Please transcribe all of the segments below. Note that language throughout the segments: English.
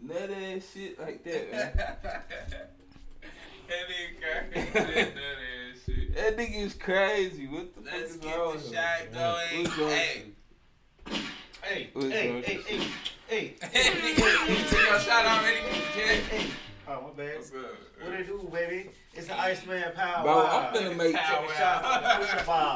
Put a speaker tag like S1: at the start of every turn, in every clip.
S1: this shit like that, man.
S2: That nigga crazy. None of that shit.
S1: that nigga is crazy. What the
S2: Let's
S1: fuck
S2: get
S1: is wrong
S2: the
S1: with him?
S2: shot going.
S1: What's wrong with
S2: Hey.
S1: you?
S3: Hey,
S1: What's
S3: hey,
S1: wrong
S3: hey,
S1: with
S3: hey, hey,
S2: you took your shot already, Jay?
S3: hey. Oh, my bad.
S2: What's up?
S3: What it do, baby? It's the Iceman Power.
S1: Bro, I'm finna make,
S2: Power
S1: I'm
S2: out.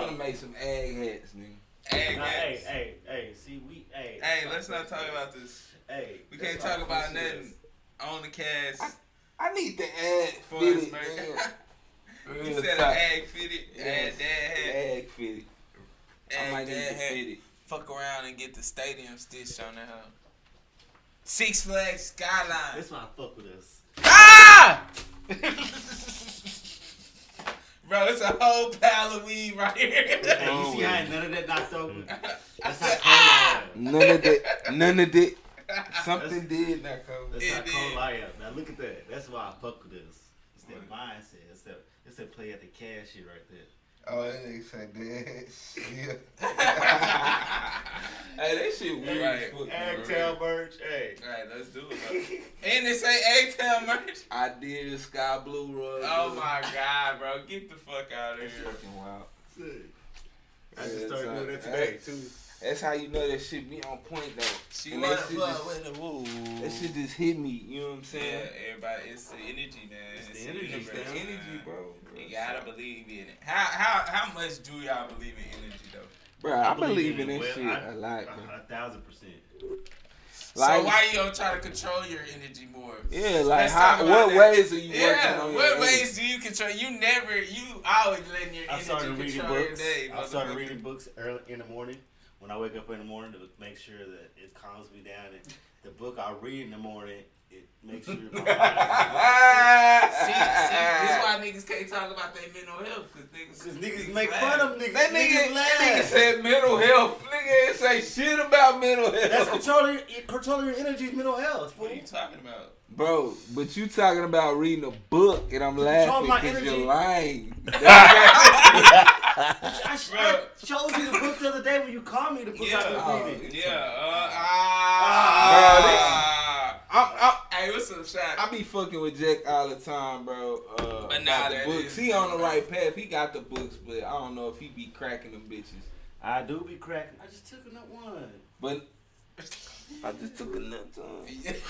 S1: finna make some egg hats, nigga.
S2: Hey,
S3: Nah, hey,
S2: guys.
S3: hey, hey, see, we, hey.
S2: Hey, let's not talk about this.
S3: Hey.
S2: We
S3: that's
S2: can't
S3: why
S2: talk about
S3: pussy
S2: nothing
S3: is-
S2: on the cast
S1: I need the ad
S2: for
S1: fitted.
S2: us, man.
S1: nigga.
S2: You
S1: Real
S2: said an
S1: tight.
S2: ag fitted, ag
S1: Yes,
S2: dad hat,
S1: Ag fitted. I might
S2: ag
S1: need
S2: dad
S1: to fit
S2: hat.
S1: it.
S2: Fuck around and get the stadium stitched on that hoe. Six Flags Skyline.
S3: That's why I fuck with us.
S2: Ah! Bro, it's a whole pile of weed right here.
S3: Hey, you
S1: wrong
S3: see
S1: with
S3: how
S1: you?
S3: none of that knocked over?
S2: I
S3: That's
S2: said,
S3: how
S2: ah!
S3: cold I am.
S1: None of that. None of that. Something did not come.
S3: That's how
S2: It
S3: cold
S2: is.
S3: I am. Now look at that. That's why I fuck with this. It's that
S2: Right.
S3: mindset. It's that it's that play at the cash shit right there.
S1: Oh, that nigga said that shit.
S2: All
S1: Hey, that shit weird
S2: Right.
S1: as fuck.
S2: Ag
S1: bro.
S2: Town
S3: merch, hey.
S2: right, let's do it. Bro. And this ain't A-Town merch.
S1: I did the sky blue rug.
S2: Oh
S1: dude.
S2: my god, bro. Get the fuck out of here.
S1: That's fucking wild.
S3: I just
S1: Yeah,
S3: started
S1: son.
S3: doing that today
S1: Hey.
S3: too.
S1: That's how you know that shit be on point though.
S2: She
S1: And
S2: wanna
S1: that shit
S2: fuck
S1: just-
S2: with the woo.
S1: That shit just hit me. You know what I'm
S2: Yeah,
S1: saying?
S2: everybody, it's the energy, man.
S3: It's the energy,
S1: It's the
S2: universe,
S1: energy,
S2: man.
S1: bro. bro.
S2: You gotta believe in it. How how how much do y'all believe in energy though?
S1: Bro, I,
S3: I
S1: believe in
S3: believe in it.
S1: this
S3: Well,
S1: shit
S3: I-
S1: a lot, bro.
S3: A, a thousand percent.
S1: Like-
S2: so why you gonna try to control your energy more?
S1: Yeah, like
S2: Let's
S1: how?
S2: talk about
S1: What
S2: that.
S1: ways are you
S2: Yeah,
S1: working on?
S2: what
S1: your
S2: ways do you control? You never, you always letting your
S3: I
S2: energy
S3: started reading
S2: control your
S3: books.
S2: day.
S3: I started
S2: motherfucker.
S3: reading books early in the morning when I wake up in the morning to make sure that it calms me down. And the book I read in the morning, it makes sure my mind.
S1: Ah,
S2: See, see, that's why niggas can't talk about their mental health because niggas,
S3: Because niggas make fun of niggas.
S1: that nigga,
S3: niggas
S1: that nigga
S3: laugh.
S1: said mental health. Nigga ain't say shit about mental health.
S3: That's controlling controlling your energy is mental health. Fool.
S2: What are you talking about?
S1: Bro, but you talking about reading a book and I'm laughing
S3: my
S1: because
S3: energy.
S1: you're lying. That's
S3: I, sh- I
S2: Bruh.
S3: showed you the book the other day when you called me the book I
S2: Yeah,
S3: was reading.
S2: yeah. Uh,
S1: Ah.
S2: ah,
S1: I'm, I'm,
S2: hey, what's up,
S1: I
S2: shot?
S1: be fucking with Jack all the time, bro. Uh,
S2: But
S1: about
S2: nah,
S1: the
S2: that
S1: books.
S2: is-
S1: he on the right path. He got the books, but I don't know if he be cracking them bitches.
S3: I do be cracking. I just took another one.
S1: But I just took another time.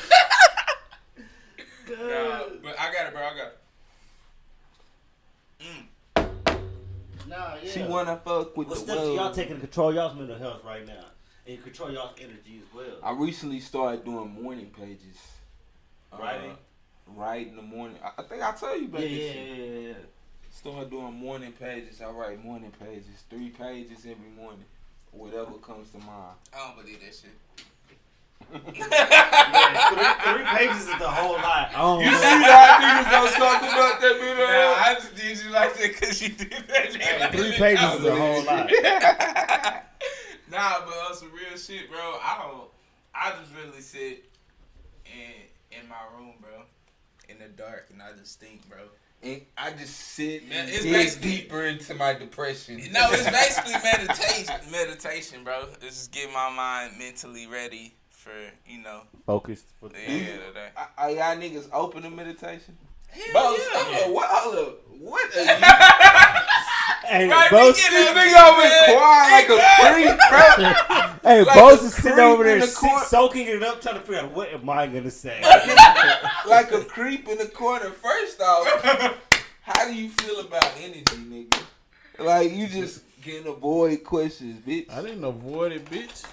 S2: nah,
S3: Good.
S2: but I got it, bro. I got. It. Mm.
S3: Nah, yeah.
S1: She wanna fuck with
S3: What
S1: the
S3: steps
S1: world.
S3: y'all taking to control y'all's mental health right now? And control y'all's energy as well.
S1: I recently started doing morning pages. Uh,
S3: Writing?
S1: right in the morning. I, I think I tell you about
S3: yeah,
S1: this.
S3: yeah,
S1: shit.
S3: yeah, yeah, yeah.
S1: Start doing morning pages. I write morning pages, three pages every morning, whatever comes to mind.
S2: I don't believe that shit.
S3: yeah three, three pages is the whole lot. Oh,
S1: You see how niggas don't talk about that
S2: Nah,
S1: middle
S2: I just did you like that because you did that. nigga.
S3: three pages is a whole lot.
S2: Nah, but on some real shit, bro. I don't. I just really sit in in my room, bro, in the dark, and I just think, bro.
S1: and I just sit
S2: Man,
S1: and
S2: it's
S1: dig
S2: basically-
S1: deeper into my depression.
S2: No, it's basically meditation. Meditation, bro. It's just getting my mind mentally ready for you know
S3: Focused.
S2: the end of the day.
S1: Are- Are y'all niggas open to meditation? Bro,
S2: Hell
S1: stop
S2: yeah.
S1: it. What, hold up. What are you?
S3: Hey,
S2: Right,
S4: Bo
S2: nigga,
S1: This
S4: sitting,
S1: nigga over here quiet like a freak, bro.
S4: hey,
S1: like
S4: Bo's
S1: a
S4: is sitting
S1: creep
S4: over
S1: in
S4: there
S1: the
S4: sit-
S1: corner.
S3: soaking it up, trying to figure out what am I gonna say.
S1: Like a creep in the corner. First off, how do you feel about energy, nigga? Like, you just getting avoid questions, bitch.
S4: I didn't avoid it, bitch.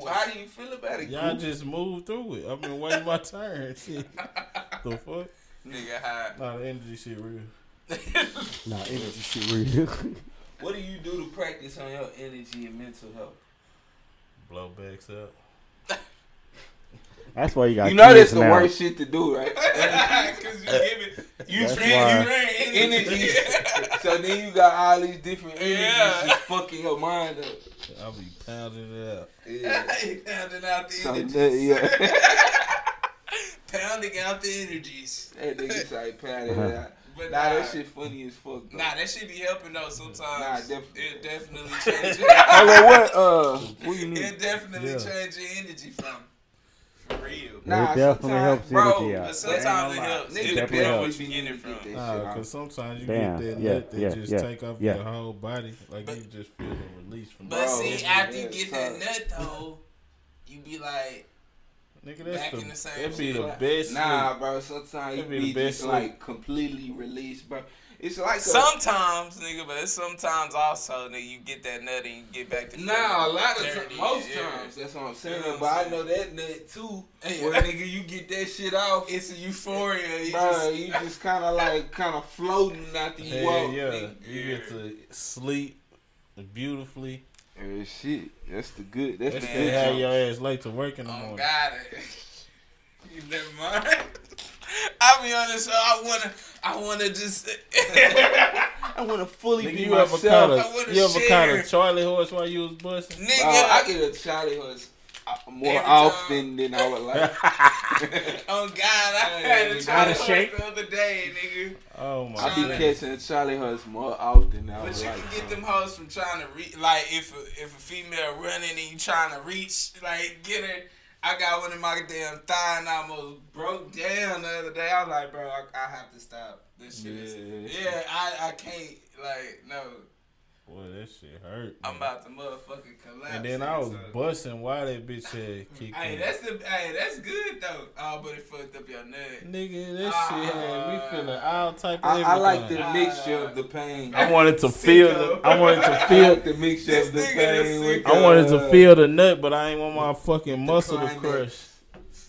S1: Well, how do you feel about it?
S4: Y'all
S3: Mm-hmm.
S1: Goop?
S4: just moved through it. I've been waiting my turn. Shit. The fuck?
S2: Nigga, high.
S4: Nah, the energy shit real.
S2: That's
S4: Nah, energy shit real.
S1: What do you do to practice on your energy and mental health?
S4: Blowbacks up.
S3: That's why you got.
S1: you know that's the worst shit to do, right?
S2: Cause you give it, you
S4: That's
S2: drain, you
S4: why-
S2: drain
S1: energy.
S2: energy.
S1: so then you got all these different energies
S2: Yeah.
S1: just fucking your mind up.
S4: I'll be pounding it out.
S1: Yeah.
S2: Pounding out the
S1: So,
S2: energies.
S1: that- yeah.
S2: Pounding out the energies.
S1: that nigga like patted it out.
S2: But
S1: Nah, that shit funny as fuck. Though.
S2: Nah, that shit be helping though. Sometimes
S1: Nah, definitely.
S2: it definitely changes.
S1: Hey, well, what? Uh, what you need?
S2: it definitely
S4: Yeah.
S2: changes your energy from. For real.
S1: Nah,
S5: it definitely
S1: sometimes-
S5: helps energy
S2: Bro,
S5: out.
S2: but sometimes it
S1: Ain't no lie.
S2: helps.
S1: Nigga,
S2: It depends
S1: definitely
S2: on what
S1: helps.
S2: you get it from.
S1: Get that shit
S4: Because
S1: out.
S4: sometimes you
S5: Damn,
S4: get that
S5: yeah,
S4: lit that
S5: yeah,
S4: just
S5: yeah,
S4: take off
S5: yeah.
S4: your whole body. Like
S2: But-
S4: you just feel the release from
S2: But
S4: that.
S1: Bro,
S2: see,
S1: yeah,
S2: after you
S1: yeah,
S2: get
S1: son.
S2: that nut though, you be like,
S4: Nigga, that's
S2: back
S4: the,
S2: in the same
S4: that'd be the
S2: shit.
S4: best.
S1: Nah, bro. Sometimes you
S4: That'd be
S1: be
S4: the best
S1: just like completely released, bro. It's like a,
S2: sometimes, nigga, but it's sometimes also, nigga, you get that nut and you get back to.
S1: Nah, a
S2: feeling
S1: lot of
S2: clarity,
S1: times, most
S2: yeah.
S1: times. That's what I'm saying.
S2: You know what
S1: but
S2: I'm
S1: I know that nut too.
S2: Yeah.
S1: Where nigga, you get that shit off,
S2: It's a euphoria. You
S1: bro.
S2: just-
S1: You just kind of like kind of floating after you
S4: Hell
S1: walk.
S4: yeah.
S1: nigga.
S4: You get to sleep beautifully.
S1: Eh, shit, that's the good. That's
S4: That's
S1: the
S2: Man,
S4: they
S1: good.
S4: have
S1: jump.
S4: your ass late to work in the
S2: Oh
S4: morning.
S2: God! You never mind. I be on this show. I wanna. I wanna just. nigga,
S1: I want to fully
S4: Nigga,
S1: be
S4: you ever
S1: myself.
S4: caught
S2: I wanna
S4: a you ever caught
S2: share.
S4: a Charlie horse while you was busting?
S1: Bro, Uh, I get a Charlie horse uh, more
S2: Every time.
S1: often than I would like.
S2: oh God! I
S1: Hey,
S2: had
S1: we
S2: a Charlie
S1: gotta
S2: horse
S4: shake.
S2: the other day, nigga.
S4: oh my
S1: I be
S2: Charlie.
S4: god.
S1: catching a Charlie horse more often than I
S2: But
S1: would
S2: you
S1: like.
S2: can get
S1: bro.
S2: them hoes from trying to reach. Like if a, if a female running and you trying to reach, like get her. I got one in my damn thigh and I almost broke down the other day. I was like, bro, I, I have to stop. This shit is.
S1: Yeah.
S2: Yeah, I, I can't. Like no.
S4: Boy, that shit hurt.
S2: I'm
S4: man.
S2: about to motherfucking collapse.
S4: And then I was
S2: nigga, so-
S4: busting while that bitch had kicked
S2: Hey,
S4: in.
S2: that's the hey, that's good though. Oh, but it fucked up your nut.
S4: Nigga, that shit
S2: Ah.
S4: had me feeling all type of
S1: I,
S4: everything.
S1: I like the
S2: Ah.
S1: mixture of the pain.
S4: I wanted to
S2: Sicko.
S4: feel the, I wanted to
S1: I
S4: feel
S1: like the mixture
S2: This
S1: of the
S2: nigga
S1: pain.
S2: is
S1: with
S2: sick.
S4: I wanted
S1: the-
S4: to feel the nut, but I ain't want my fucking muscle to
S1: climax.
S4: crush.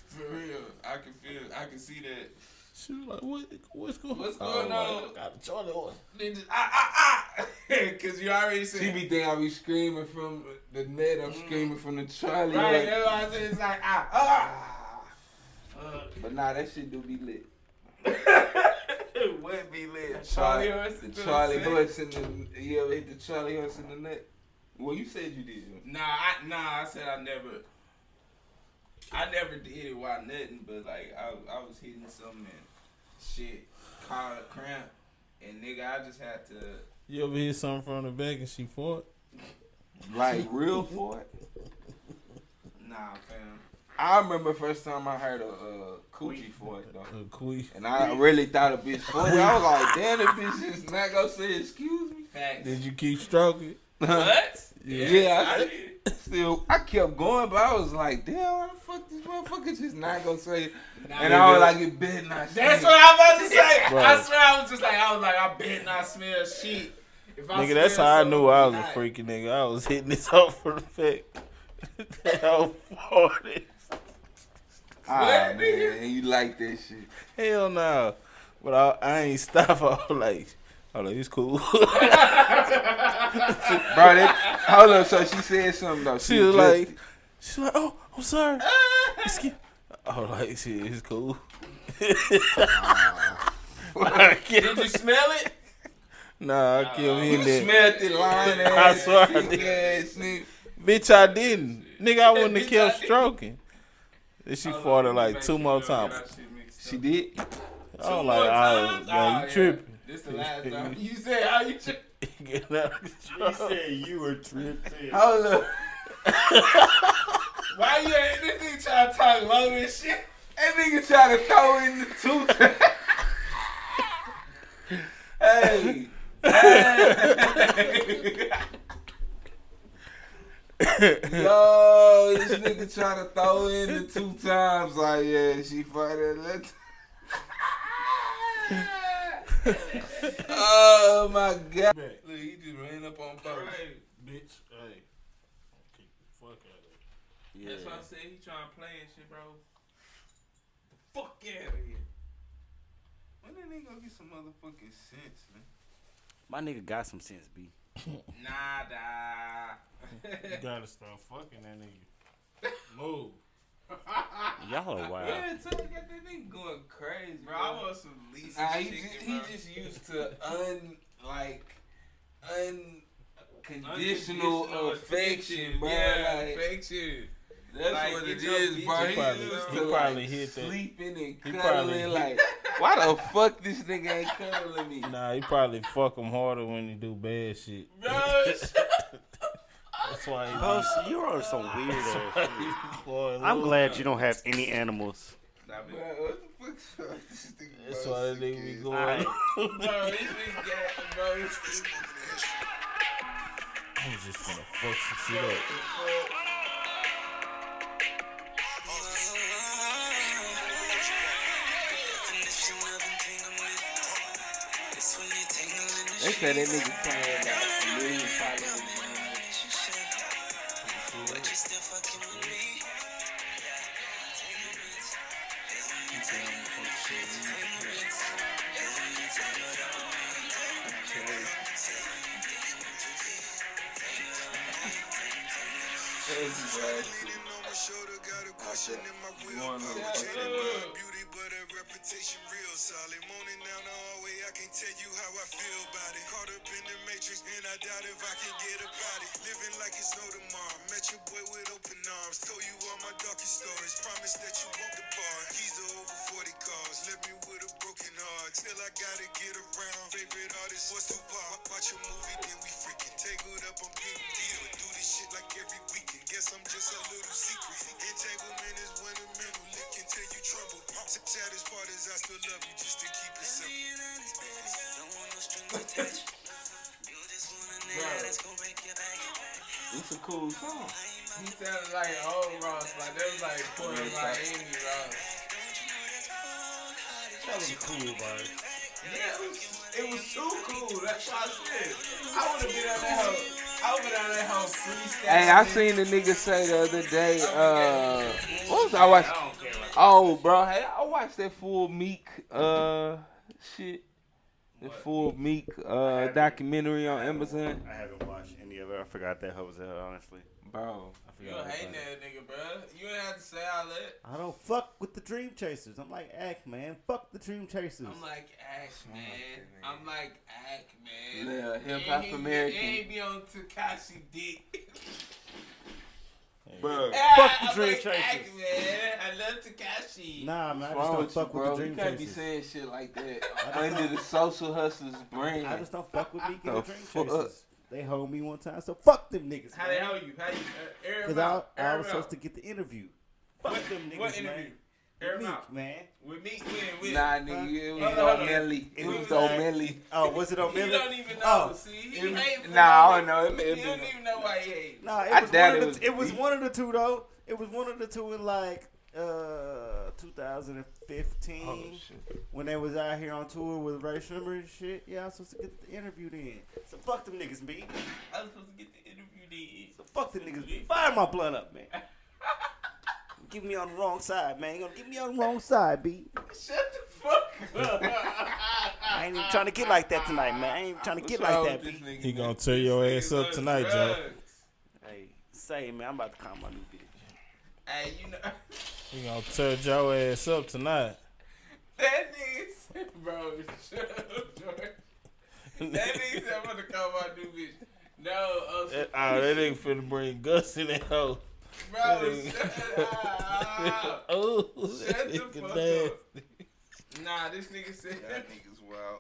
S2: For real, I can feel, I can see that.
S4: She was like, what, what's going
S2: What's
S4: on?
S2: going
S4: I'm like,
S2: on?
S4: I got a Charlie horse.
S2: Then just, ah ah ah, because you already
S1: uh, She
S2: said.
S1: be think I be screaming from the net. I'm screaming from the Charlie.
S2: Right,
S1: Mm. Right.
S2: that's why I said it's like ah ah.
S1: But nah, that shit do be lit.
S2: it would be lit. Charlie horse.
S1: the
S2: is doing
S1: Charlie
S2: sick.
S1: horse in the you ever hit the Charlie horse in the net? Well, you said you did.
S2: Nah, I, nah, I said I never. I never did it while nothing, but like I, I was hitting something and shit, caught a cramp, and nigga, I just had to.
S4: You ever hear something from the back and she fought?
S1: Like real for it.
S2: Nah, fam.
S1: I remember first time I heard a, uh coochie for it though.
S4: A queen.
S1: And I really thought a bitch for it. I was like, damn, the bitch is not gonna say excuse me.
S2: Facts.
S4: Did you keep stroking?
S2: What?
S4: Yeah.
S1: Yeah, I
S2: I
S1: said-
S2: did.
S1: Still, I kept going, but I was like, damn, why the fuck this motherfucker just not gonna say? it?
S2: Nah,
S1: And I was like, it better not. say
S2: that's
S1: it.
S2: what I'm about to say. I
S4: Right.
S2: swear, I was just like, I was like, I bet not smell shit. If I
S4: Nigga, that's
S2: smell
S4: how I
S2: something,
S4: knew I was a
S2: not.
S4: freaky nigga. I was hitting this off for the fact that I was farted.
S1: Ah,
S2: What, nigga?
S1: man, you like that shit.
S4: Hell no. But I, I ain't stop. I was like, I was like, it's cool.
S1: Bro, that, hold up. So she said something though.
S4: she was
S1: addressed
S4: like, she's like, oh, I'm sorry. Excuse. I was like, shit, it's cool. I
S2: Did you
S4: killed,
S2: smell it?
S4: nah, I killed
S1: it.
S4: him.
S1: you
S4: Then.
S1: smelled it, lying
S4: I
S1: ass,
S4: swear I
S1: sick
S4: did.
S1: ass nigga.
S4: Bitch, I didn't. Nigga, I wouldn't
S2: Bitch, I
S4: have kept
S2: didn't.
S4: stroking. Then she farted like two more times.
S1: She did.
S4: I was like, oh, man, you tripping.
S2: This the last time. You said, how you tripping?
S4: Get out of
S6: You
S4: control.
S6: said you were tripping.
S1: Hold up.
S2: Why you ain't this nigga trying to talk low and shit?
S1: That nigga try to throw in the tooth. hey. Yo, this nigga try to throw in the two times. Like, yeah, she farted. Let's. oh my god.
S2: Look, he just ran up on both.
S4: Bitch, hey. Kick the fuck out of
S2: That's why I said he trying to play and shit, bro. The fuck out of here. When that nigga gonna get some motherfucking sense, man?
S6: My nigga got some sense, B.
S4: You
S2: Nada.
S4: gotta stop fucking that nigga. Move.
S6: Y'all are wild.
S1: Yeah, Tony got that nigga going crazy,
S2: bro, I want some Lisa
S1: Nah, he
S2: chicken,
S1: just, he
S2: bro.
S1: just used to un like unconditional
S2: Unconditional
S1: affection, bro.
S2: Yeah,
S1: like,
S2: affection.
S1: that's
S2: Like,
S1: what
S2: get
S1: it
S2: your
S1: is,
S2: bitch
S1: bro.
S2: up,
S1: He,
S4: probably-
S1: used
S4: he
S1: to
S4: probably
S1: like,
S4: hit that.
S1: sleeping and
S4: probably
S1: cuddling.
S4: hit-
S1: Like, why the fuck this nigga ain't cuddling me?
S4: Nah, you probably fuck him harder when you do bad shit.
S2: Bro, shut up.
S4: That's why. he-
S3: Post, you're on some weird ass shit.
S4: he- Lord,
S3: I'm
S4: Lord.
S3: glad you don't have any animals.
S2: Stop it.
S1: Man, what the fuck's up with this nigga?
S4: That's
S1: Bro,
S4: why that
S1: sick
S4: nigga be
S1: kid.
S4: going.
S2: Bro, this nigga got, bro, this nigga
S4: I'm just gonna fuck some shit up.
S1: They said that nigga playing like a million followers.
S5: Till I gotta get around. Favorite artist was Tupac. Watch a movie, then we freaking tangled up. I'm getting deal. Do this shit like every weekend. Guess I'm just a little secret. Entanglement is when a mental lick until you tremble. Saddest part is I still love you just to keep it simple.
S1: It's a cool song.
S2: He sounded like old Ross, like that was like poor like Amy Ross.
S4: That was cool, bro.
S2: Yeah, it was, it was too cool. That's why I said I would have been on that hoe. I would have been on that hoe freestyle.
S1: Hey, I seen the nigga say the other day, uh, what was I watching?
S2: I don't care. Like,
S1: Oh, bro, hey, I watched that full Meek, uh, shit. The
S2: What?
S1: full Meek, uh, documentary on Amazon.
S3: I haven't watched any of it. I forgot that hoe was out, honestly.
S1: Bro,
S2: you don't hate that nigga, bro. You ain't have to say all that.
S3: I don't fuck with the dream chasers. I'm like, act man, fuck the dream chasers.
S2: I'm like Ack, man. I'm like Ack, man.
S1: Little
S2: It ain't-
S1: hip-hop American.
S2: It ain't be on Takashi dick. Ah,
S1: bro,
S2: Fuck
S3: the Dream
S2: Ack,
S3: Chasers.
S2: man. I love Takashi.
S3: nah, man, I just
S1: wrong
S3: don't
S1: with you,
S3: fuck with
S1: bro?
S3: the
S1: You
S3: dream
S1: can't be
S3: chasers.
S1: saying shit like that
S3: I just
S1: under the social hustlers brand.
S3: I just don't fuck with me and
S1: The
S3: the dream
S1: fuck?
S3: chasers. They hold me one time, so fuck them niggas.
S2: How the hell
S3: man.
S2: you? How you? Uh, air
S3: 'Cause
S2: him out.
S3: I, I
S2: Air
S3: was
S2: him
S3: supposed
S2: out.
S3: to get the interview. Fuck
S2: What,
S3: them niggas,
S2: what interview?
S3: man.
S2: Air him
S3: Meek,
S2: out.
S3: man.
S2: With me, with, with.
S1: Nah, nigga, it was
S2: Hold on, hold on.
S1: O'Malley. It
S3: It
S1: was
S3: was
S1: O'Malley.
S3: Oh, was it on
S2: You
S3: Miller?
S2: don't even know.
S3: Oh.
S2: See, he
S1: It-
S2: hate for
S1: nah,
S2: no
S1: I don't know. It may
S2: reason.
S1: have
S2: He
S1: been
S2: don't even know why he hate.
S3: No,
S1: I
S3: it was,
S1: doubt
S3: one
S1: it
S3: of,
S1: was
S3: the, it was
S1: Meek.
S3: one of the two though. It was one of the two in like uh 2015
S1: Oh, shit.
S3: when they was out here on tour with Ray Shimmer and shit. Yeah, I was supposed to get the interview then. So fuck them niggas, B.
S2: I was supposed to get the interview did.
S3: So fuck them niggas, B. Fire my blood up, man. Give me on the wrong side, man. You're gonna give me on the wrong side, B.
S2: Shut the fuck up.
S3: I ain't even trying to get like that tonight, man. I ain't even trying to get like that, B.
S4: He gonna tear your ass up tonight, Joe.
S3: Hey, say, man, I'm about to call my new bitch.
S2: Hey, you know
S4: He gonna tear your ass up tonight.
S2: that nigga, said, bro. Shut up, Jordan. That nigga said I'm gonna call my new bitch. No, uh,
S4: Ah, that nigga finna bring Gus in that hoe.
S2: bro, shut up.
S4: oh,
S2: Shut
S4: that
S2: the
S4: nigga
S2: fuck up.
S4: nasty.
S2: Nah, this nigga said.
S5: nigga's wild.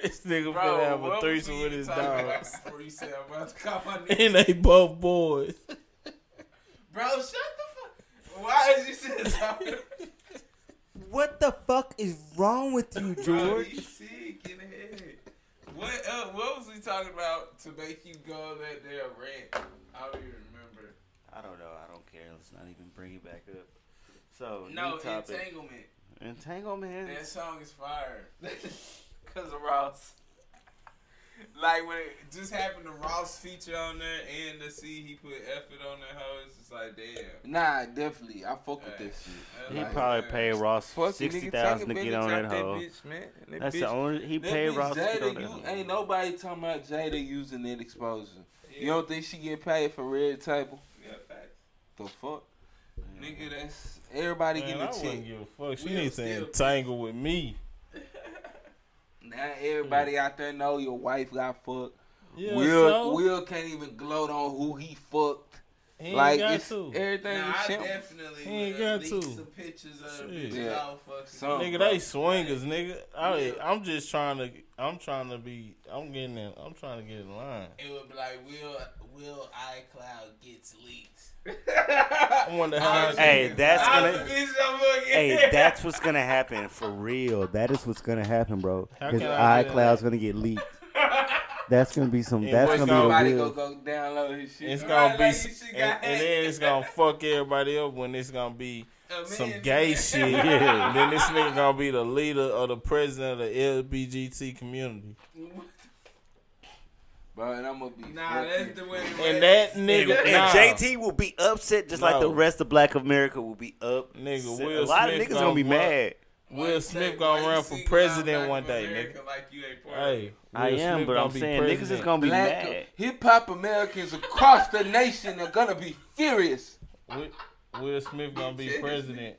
S4: This nigga
S2: Bro,
S4: finna have a
S2: what
S4: threesome
S2: was
S4: with
S2: we
S4: his
S2: talking about
S4: dogs.
S2: Before you said I'm about to call my nigga.
S4: and they both boys.
S2: Bro, shut the fuck. Why is you sitting down?
S3: What the fuck is wrong with you,
S2: Bro,
S3: George?
S2: you sick in the head. What uh, what was we talking about to make you go on that damn rant? I don't even remember.
S3: I don't know. I don't care. Let's not even bring it back up. So
S2: No,
S3: new topic.
S2: entanglement.
S3: entanglement.
S2: That song is fire. Cause of Ross. Like when it just happened to Ross feature on there and to see he put effort on that hoe, it's just like damn.
S1: Nah, definitely. I fuck with
S2: Hey.
S1: this shit.
S2: That's
S3: He
S2: like,
S3: probably
S2: damn.
S3: paid Ross
S1: Fuck you, nigga.
S3: sixty thousand to
S1: Take a
S3: get
S1: bitch,
S3: on
S1: drop
S3: that hoe.
S1: bitch, man. And that
S3: That's
S1: bitch-
S3: the only he
S1: that
S3: paid
S1: bitch
S3: Ross to get on
S1: Jada,
S3: that
S1: you
S3: hoe.
S1: ain't nobody talking about Jada using that exposure. You
S2: Yeah,
S1: don't think she get paid for red table?
S2: yeah, facts.
S1: The fuck,
S3: Man.
S1: nigga? That's everybody
S4: Man, I
S1: getting a check.
S4: wouldn't give a fuck. She
S2: We'll
S4: needs to
S2: still-
S4: entangle with me.
S1: Now everybody out there know your wife got fucked.
S4: Yeah,
S1: Will
S4: so?
S1: Will can't even gloat on who he fucked.
S4: He ain't
S1: Like
S4: got
S1: it's,
S4: to.
S1: everything
S2: Nah, I
S1: is simple.
S2: definitely
S4: He ain't
S2: would
S4: got
S2: leak
S4: to.
S2: some pictures of the
S4: Shit.
S2: bitches
S1: Yeah.
S2: all fucking.
S1: Some-
S4: Nigga, they swingers, nigga. I, I'm just trying to. I'm trying to be. I'm getting in. I'm trying to get in line.
S2: It would be like, will will iCloud gets leaked?
S4: I wonder how.
S6: Hey, that's
S2: I'm
S6: gonna.
S2: the bitch I'm gonna get.
S6: Hey, that's what's gonna happen for real. That is what's gonna happen, bro.
S4: How
S6: His
S4: can I get in
S6: iCloud's gonna get leaked. That's gonna be some.
S4: And
S6: That's
S4: what's
S6: gonna be
S1: Somebody
S6: a
S1: go
S6: real.
S1: go download his shit.
S4: It's gonna be,
S2: Right,
S4: s-
S2: like, she
S4: and,
S2: got
S4: and then it's gonna fuck everybody up when it's gonna be
S2: A
S4: some
S2: man.
S4: gay shit.
S6: Yeah.
S4: And then this nigga gonna be the leader or the president of the LGBT community,
S1: bro, and I'm gonna be.
S2: Nah, that's
S1: fucking-
S2: the way.
S4: and that
S6: And,
S4: nigga,
S6: and
S4: nah,
S6: JT will be upset, just like the
S4: No.
S6: rest of Black America will be up.
S4: Nigga,
S6: set.
S4: Will
S6: a lot
S4: Smith
S6: of niggas gonna be
S4: gonna run.
S6: mad.
S4: Will Smith gonna run for president one day, nigga.
S2: Like you ain't part of it?
S4: Hey,
S6: I
S4: Will
S6: am,
S4: Smith
S6: but
S4: gonna
S6: I'm
S4: be
S6: saying niggas is
S4: president.
S6: gonna be mad.
S1: Black hip hop Americans across the nation are gonna be furious.
S4: Will, Will Smith gonna be president.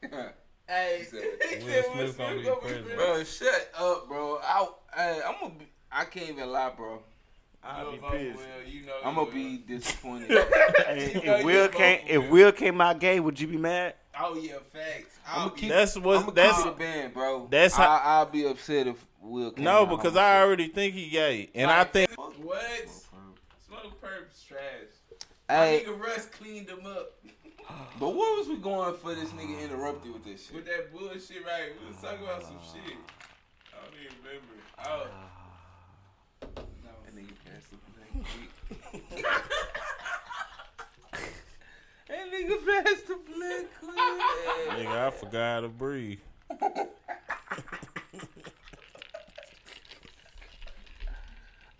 S2: Hey,
S1: Will
S2: he said,
S4: Smith gonna be president.
S1: Bro, shut up, bro. I, I I'm gonna be. I can't even lie, bro.
S6: I'll
S2: You'll
S6: be
S2: vote
S6: pissed.
S2: Will, you know you
S1: I'm gonna
S2: will.
S1: be disappointed.
S6: Hey,
S2: know
S6: if Will
S2: you
S6: came,
S2: vote for
S6: if
S2: Will.
S6: Will came out gay, would you be mad?
S2: Oh yeah, facts. I'll
S1: I'ma
S2: be
S1: keep-
S4: That's
S1: I'm
S4: what.
S1: gonna
S4: That's
S1: keep it a band, bro.
S4: that's how-
S1: I, I'll be upset if Will. came
S4: no,
S1: out
S4: because I
S1: homosexual.
S4: already think he gay, and I think
S2: What? Smoke perps trash.
S1: Hey,
S2: Nigga Russ cleaned them up
S1: but what was we going for? This nigga interrupted with this
S2: with
S1: shit.
S2: that bullshit, right? We was talking about
S4: Ah.
S2: some shit. I don't even remember. Oh.
S1: That
S2: No.
S1: nigga passed the black queen. That nigga passed the black queen.
S4: nigga, I forgot how to breathe.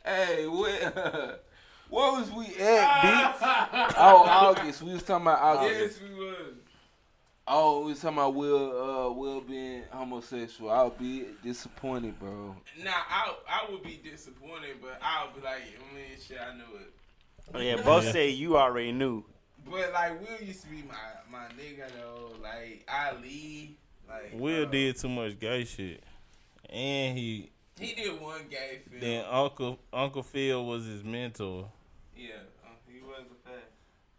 S1: Hey, where, what was we at, B? Oh, August. We was talking about August.
S2: yes, we was.
S1: Oh, we was talking about Will, uh, Will being homosexual. I'll be disappointed, bro.
S2: Nah, I I would be disappointed, but I'll be like, I mean, shit, I knew it.
S6: Oh, yeah, both
S4: Yeah.
S6: say you already knew.
S2: But like, Will used to be my my nigga though. Like, I leave. Like,
S4: Will
S2: uh,
S4: did too much gay shit, and he
S2: He did one gay film.
S4: then Uncle Uncle Phil was his mentor.
S2: Yeah, uh, he was a fan.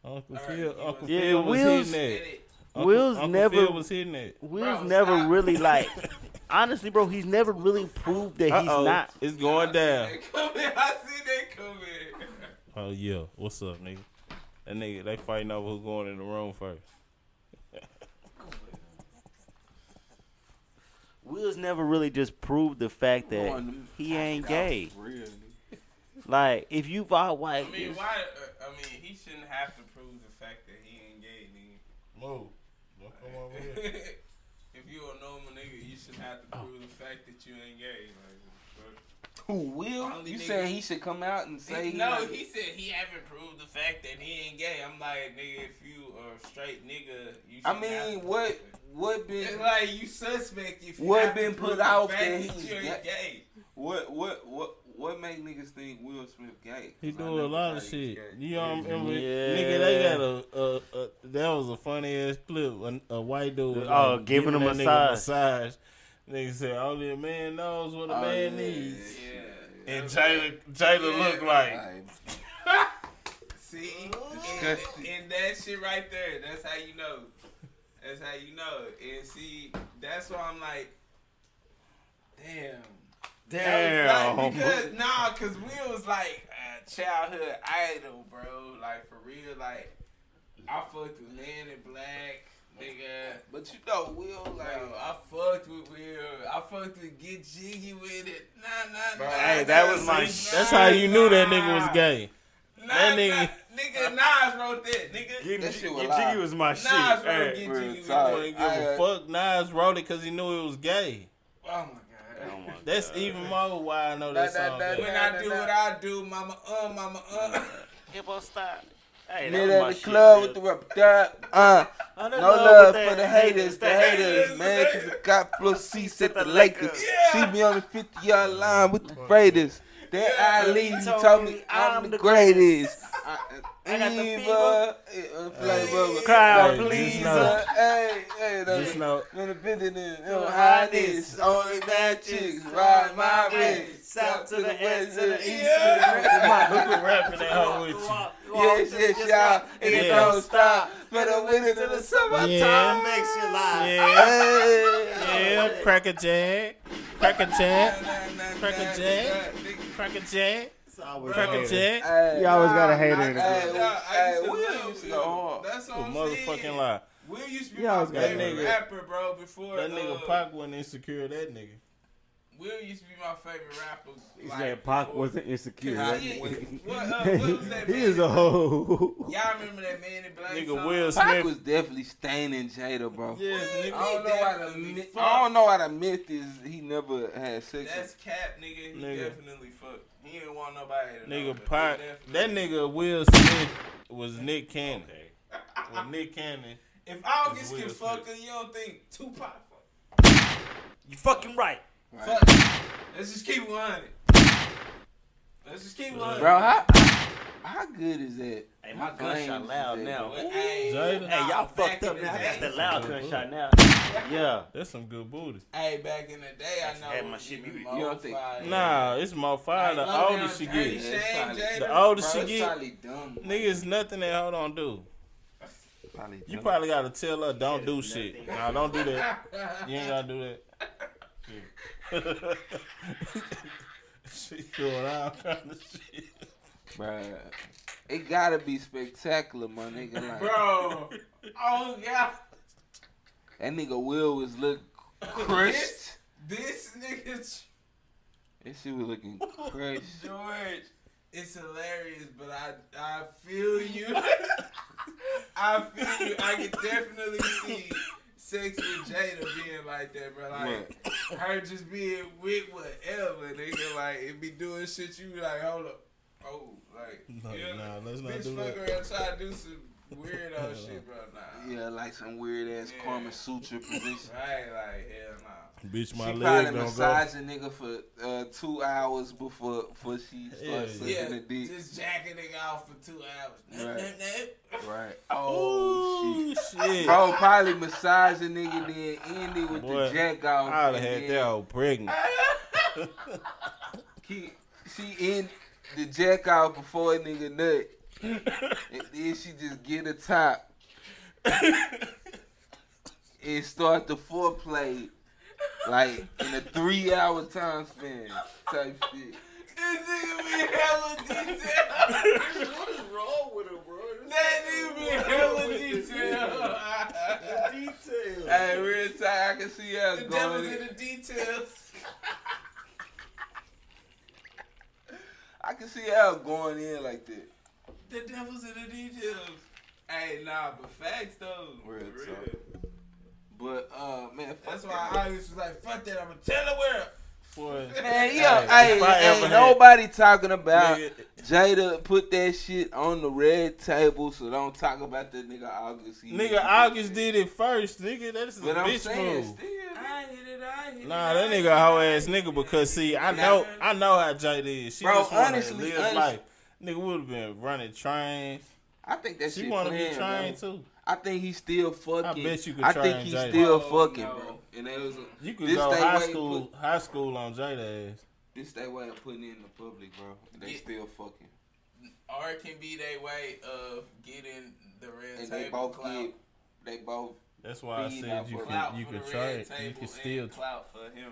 S4: Uncle
S2: Alright,
S4: Phil,
S2: he
S4: Uncle
S2: was-
S6: Yeah,
S4: Phil was
S6: Will's-
S4: hitting
S2: Did
S4: that.
S2: it.
S4: Uncle,
S6: Will's
S4: Uncle
S6: never-
S4: Phil was hitting that.
S6: Will's
S2: Bro,
S6: never
S2: stop.
S6: really like. Honestly, bro, he's never really proved that he's
S4: Uh-oh,
S6: not.
S4: It's going down.
S2: They come in. I see that coming.
S4: Oh yeah, what's up, nigga? That nigga, they fighting over who's going in the room first.
S6: Will's never really just proved the fact that
S1: Going
S6: he ain't
S1: out
S6: gay.
S1: for real, nigga.
S6: Like, if you bought
S2: I
S6: white,
S2: mean, why? Uh, I mean, he shouldn't have to prove the fact that he ain't gay, nigga.
S4: Move. Don't come over here.
S2: if you a normal nigga, you shouldn't have to prove the fact that you ain't gay. Like, fuck.
S1: Who will?
S2: Only
S1: you
S2: nigga-
S1: saying he should come out and say
S2: He- no,
S1: like-
S2: he said he haven't proved the fact that he ain't gay. I'm like, nigga, if you are a straight nigga, you.
S1: I
S2: shouldn't have to
S1: mean,
S2: prove
S1: what
S2: it.
S1: what been
S2: It's like you suspect if you
S1: What
S2: have to
S1: been put
S2: prove the
S1: out
S2: fact
S1: that
S2: that
S1: he's
S2: you ain't gay.
S1: what what what what make niggas think Will Smith gay?
S4: He
S1: 'Cause I
S4: doing a
S1: never
S4: lot of
S1: thought he
S4: shit.
S1: was gay.
S4: You know, what I remember,
S6: Yeah.
S4: nigga, they got a, a, a that was a funny ass clip. A, a white dude, was,
S6: Oh,
S4: like,
S6: giving him
S4: that
S6: a
S4: nigga massage. Nigga said, "Only a man knows what a
S1: Oh,
S4: man
S1: yeah,
S4: needs."
S2: Yeah.
S4: And Jada, Jada
S2: Yeah.
S4: looked like,
S1: Like,
S2: See, and,
S1: Disgusting.
S2: and that shit right there, that's how you know. That's how you know. And see, that's why I'm like, damn. That was like-
S6: damn.
S2: because, nah, because Will was like a childhood idol, bro. Like, for real, like, I fucked with Man in Black, nigga.
S1: but you know Will
S2: Like,
S1: like
S2: I fucked with Will. I fucked with Get Jiggy with it. Nah, nah, nah.
S6: hey, that
S2: nah,
S6: was my-
S2: nah,
S4: "That's how you knew that nigga was
S2: nah.
S4: gay."
S2: Nah,
S4: That
S2: nah,
S4: nigga-
S2: nigga Nas wrote that, nigga.
S1: That shit was
S6: Jiggy
S1: live.
S6: was my
S2: Nas
S6: shit.
S2: wrote
S6: Hey.
S2: Get
S1: real
S2: Jiggy with
S1: tight.
S2: It.
S4: Wouldn't give a
S1: I-
S4: fuck. Nas wrote it because he knew it was gay.
S2: Oh my
S6: Oh
S2: god.
S6: my
S4: That's
S6: God.
S4: even more why I know that
S1: Nah, nah,
S4: song.
S1: nah,
S4: gay.
S2: When I do what I do, mama uh, mama uh.
S6: It won't stop. Hey, that
S1: Mid
S6: was
S1: at
S6: my
S1: the
S6: shit,
S1: club
S6: dude.
S1: with the rubber duck. Uh,
S6: Oh, that
S1: no
S6: love
S1: love
S6: with
S1: for
S6: that
S1: the haters, the haters,
S2: haters,
S1: man.
S2: the
S1: Cause
S2: haters.
S1: the cop plus C set the Lakers.
S2: Yeah.
S1: She be on the 50 yard line with the Raiders. That
S2: Yeah.
S1: Ali, he told me I'm the greatest. I uh,
S7: got the
S1: fever.
S7: Crowd,
S4: Hey,
S7: please.
S4: just know-
S1: Hey, hey, that's
S4: Just know,
S1: Gonna bend it in,
S7: Don't
S1: don't
S7: hide
S1: hide this.
S7: this.
S1: uh, Only bad chicks ride my way.
S7: South to the west, to the east, to
S1: Yeah.
S4: who
S7: the
S4: can rap in that hole with
S7: north.
S4: you?
S1: Yes, yes, y'all. And it
S4: Yeah.
S1: don't stop. Better win it in the summertime.
S4: Yeah.
S6: makes you laugh.
S4: Yeah, yeah, cracker jack, cracker jack, Cracker Jack. cracker jack,
S6: It's always
S4: cracker
S6: good.
S4: jack.
S1: Hey,
S3: You always got a hater in it.
S1: Hey, hey, Will used to go hard.
S2: That's what I'm
S4: Oh, Motherfucking
S2: saying.
S4: lie.
S2: Will used to be
S3: You
S2: my
S3: always got a
S2: favorite
S4: nigga.
S2: rapper, bro. Before
S4: That
S2: uh,
S4: nigga Pac wasn't insecure. of That nigga.
S2: Will used to be my favorite rapper.
S3: He
S2: like,
S3: said Pac
S2: before-
S3: wasn't insecure.
S2: Nah,
S3: That
S2: yeah,
S3: nigga-
S2: what, uh, what was that
S3: he is a
S2: man?
S3: hoe.
S2: Y'all remember that man in black?
S4: Nigga
S2: song?
S4: Will
S1: Pac
S4: Smith.
S1: was definitely staining Jada, bro.
S4: Yeah,
S1: I
S4: nigga.
S1: don't know why the myth, I don't know why the myth is he never had sex.
S2: That's
S1: with-
S2: cap, nigga. He
S4: Nigga.
S2: definitely fucked. He didn't want nobody to know.
S4: Nigga
S2: but
S4: Pac.
S2: he definitely-
S4: That nigga Will Smith was Nick Cannon. Was Nick Cannon.
S2: If August
S4: Will
S2: can
S4: Smith.
S2: fuck, then you don't think Tupac fuck.
S7: You fucking right.
S1: Right.
S2: Fuck. it. Let's just keep 100. Let's just keep 100.
S1: Bro, how how good is that?
S6: Hey, my
S1: How
S6: gunshot
S1: games
S6: loud
S1: is that?
S6: now.
S2: But, hey,
S4: Jada.
S6: Hey, y'all
S2: back
S6: fucked
S2: in
S6: up
S2: the
S6: now. I got
S2: day-
S6: the loud
S4: That's
S6: gunshot now. Yeah.
S4: That's some good booty.
S2: Hey, back in the day, I
S6: That's
S2: know.
S6: had my shit be-
S1: you don't think-
S4: Nah, it's my fire. The older she gets.
S1: That's probably-
S4: The older
S1: Bro,
S4: she
S1: it's
S4: get,
S1: probably dumb.
S4: nigga, it's nothing that hold on do.
S1: Probably
S4: You
S1: dumb.
S4: probably gotta tell her don't do
S6: Nothing.
S4: shit. Nah, don't do that. You ain't gotta do that. Yeah. she doing all kind of shit.
S1: Bruh. It gotta be spectacular, my nigga. Like,
S2: Bro. Oh, God.
S1: That nigga Will was look crushed.
S2: This nigga
S1: That shit was looking crushed.
S2: George, it's hilarious, but I I feel you. I feel you. I can definitely see sex with Jada being like that, bro. Like her just being with whatever, nigga. Like it be doing shit. You be like, hold up, oh, like
S4: No,
S2: you know,
S4: nah, let's not
S2: bitch,
S4: do
S2: fuck
S4: that.
S2: around, try to do some weirdo
S4: Hell
S2: shit, bro. Nah,
S1: Yeah, like some weird ass
S2: Yeah.
S1: Karma Sutra position.
S2: right, like hell nah.
S4: Bitch, my
S1: she
S4: leg
S1: probably
S4: don't go.
S1: massaged a nigga for uh, two hours before before she
S4: Yeah.
S1: starts
S2: Yeah,
S1: sucking a dick.
S2: just jacking nigga off for two hours.
S1: Right.
S2: Nip, nip, nip.
S1: Right. Oh
S4: Ooh,
S1: shit.
S4: shit.
S1: Bro, probably massage a nigga then end it with
S4: Boy,
S1: the jack off.
S4: I'd have
S1: and
S4: had
S1: then
S4: that old pregnant.
S1: He, she end the jack off before a nigga nut. and then she just get a top and start the foreplay like in a three hour time span type shit.
S2: This nigga be hella detailed.
S7: What is wrong with him, bro?
S2: That nigga be hella detailed.
S7: Detail.
S1: Hey, real time, I can see us
S2: the
S1: going.
S2: devil's in the details.
S1: I can see Al going in like that.
S2: The devil's in the details. Hey, nah, but facts though.
S1: Real
S2: For real.
S1: talk. But uh, man, fuck
S2: That's why
S1: that.
S2: I always was like, fuck that, I'ma tell the world.
S4: Boy,
S1: Man, yeah,
S4: Hey,
S1: hey,
S4: if I
S1: ain't
S4: ever had-
S1: nobody talking about
S4: nigga,
S1: Jada put that shit on the red table, so don't talk about that nigga August. He-
S4: nigga, August did it first, nigga. That's a
S1: But I'm
S4: bitch
S1: saying,
S4: move.
S1: still,
S2: I hit it, I hit it.
S4: Nah, that nigga a hoe ass nigga because see, I know I know how Jada is. She
S1: Bro,
S4: just wanna
S1: honestly,
S4: live
S1: honest-
S4: life. Nigga would have been running trains.
S1: I think that
S4: She
S1: shit
S4: wanna
S1: playing,
S4: be trained
S1: bro.
S4: too.
S1: I think he's still fucking.
S4: bet you could
S1: I
S4: try
S1: think
S4: and
S1: he's
S4: Jada.
S1: still
S2: Oh,
S1: fucking,
S2: no.
S1: bro. And that was
S4: You could
S1: This
S4: go
S1: they
S4: high
S1: way
S4: school high school on Jada ass.
S1: this they way of putting it in the public, bro. They
S2: Yeah.
S1: still fucking,
S2: Or it can be their way of getting the red
S1: and
S2: table.
S1: they both
S2: clout.
S1: get, they both.
S4: That's why I
S1: Feed
S4: said
S1: off
S4: you
S1: of
S4: could
S2: Clout
S4: you
S2: for
S4: could
S2: the
S4: try
S2: red
S4: it. You
S2: table
S4: could
S2: and
S4: still
S2: clout for him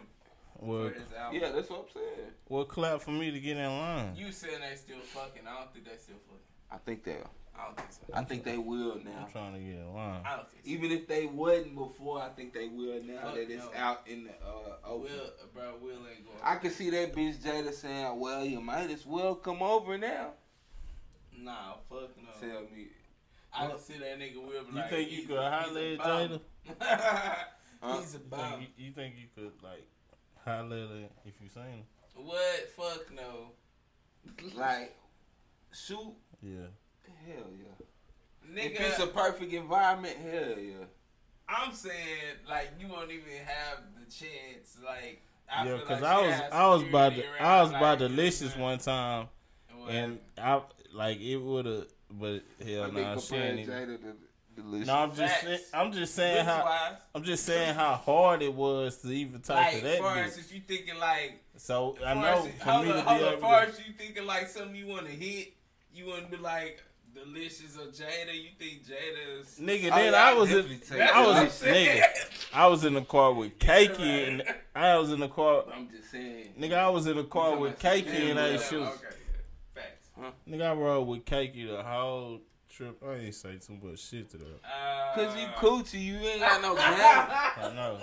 S4: well
S2: for his album.
S1: Yeah, that's what I'm saying.
S4: well clap for me to get in line.
S2: You saying they still fucking? I don't think they still fucking.
S1: I think they.
S2: I don't think so.
S1: I think they will
S4: I'm
S1: now.
S4: trying to get in line.
S2: I don't think so.
S1: Even if they wasn't before, I think they will now
S2: Fuck
S1: that it's
S2: no.
S1: out in the uh, open.
S2: Will, bro, Will ain't going.
S1: I can see that bitch Jada saying, "Well, you might as well come over now."
S2: nah, fuck no.
S1: Tell me,
S2: I can see that nigga Will. Be
S4: You
S2: like,
S4: think you
S2: he's-
S4: could
S2: he's
S4: holler
S2: a
S4: at
S2: bum.
S4: Jada?
S1: Huh?
S2: he's a
S4: You
S2: bum.
S4: think you, you think you could like holler at her if you seen her?
S2: What? Fuck no.
S1: like, shoot,
S4: Yeah.
S1: hell yeah. If it's a
S2: Nigga,
S1: perfect environment, hell yeah.
S2: i I'm saying like you won't even have the chance. Like I
S4: Yeah,
S2: feel
S4: cause
S2: like
S4: I
S2: she
S4: was
S2: has
S4: I was by
S2: security
S4: the
S2: around,
S4: I was by
S2: like,
S4: delicious
S2: you know,
S4: one time
S2: what
S4: and I Like it would have, but hell
S1: I've
S4: no,
S1: been
S4: she
S1: comparing
S4: ain't even.
S1: Jada to Delicious.
S4: No, I'm just,
S2: Facts.
S4: saying, I'm just saying how,
S2: Wise,
S4: I'm just saying how hard it was to even talk
S2: like,
S4: to that
S2: Forrest,
S4: bitch.
S2: if you thinking like,
S4: So I know
S2: Forrest,
S4: for
S2: hold
S4: me to
S2: on,
S4: be
S2: hold on,
S4: able to,
S2: Forrest, you thinking like something you want to hit, you wouldn't be like delicious or Jada. You think Jada is?
S4: nigga,
S1: Oh,
S4: then
S1: yeah,
S4: I was, in,
S1: definitely take
S2: That's
S4: I
S1: it.
S2: what I'm
S4: was,
S2: saying.
S4: nigga, I was in the car with Keiki, and I was in the car,
S1: I'm just saying.
S4: nigga, I was in the car Oh, with Keiki, and I ain't shoot.
S2: Okay, facts.
S4: Nigga, I rode with Keiki the whole trip. I ain't say too much shit to that.
S2: Uh,
S1: Cause you coochie, you ain't got no ground.
S4: I know.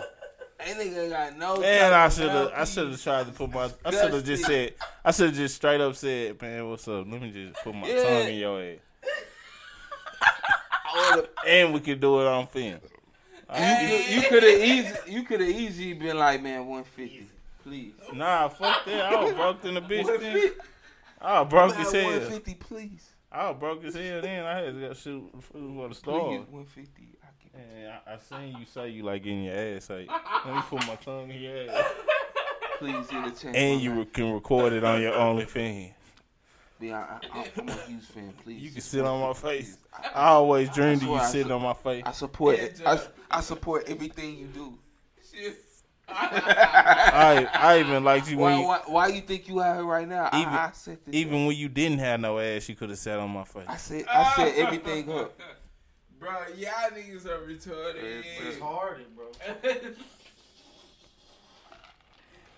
S1: Ain't nigga got no. type
S4: And I
S1: of
S4: should have, I
S1: mouthpiece.
S4: should have tried to put my, I should have just said, I should have just straight up said, man, what's up? Let me just put my
S1: Yeah.
S4: tongue in your ass,
S1: I would've-
S4: and we could do it on film.
S1: You could have easy, you could have easily been like, man, one fifty, please.
S4: Nah, fuck that. I was broke in the bitch
S1: One
S4: then.
S1: fifty,
S4: I was broke as
S1: one
S4: hell.
S1: fifty, please.
S4: I was broke as hell then. I had to go shoot food for the
S1: Please,
S4: store.
S1: one fifty. I can.
S4: And I, I seen you say you like getting your ass like, let me put my tongue in your ass.
S1: Please get a chance.
S4: And you re- can record it on your OnlyFans.
S1: Yeah, I, I, I'm a Hughes fan. Please.
S4: You can sit on my face. I always dreamed of you sitting on my face.
S1: I support
S2: Yeah,
S1: it. I,
S2: Jeff.
S1: I support everything you do.
S4: I I even liked you
S1: Why,
S4: when you,
S1: why, why you think you out here right now? I-
S4: Even-
S1: I, said this.
S4: even when you didn't have no ass, you could have sat on my face.
S1: I said I said everything up.
S2: Bro, y'all niggas are retarded.
S6: It's hard, bro.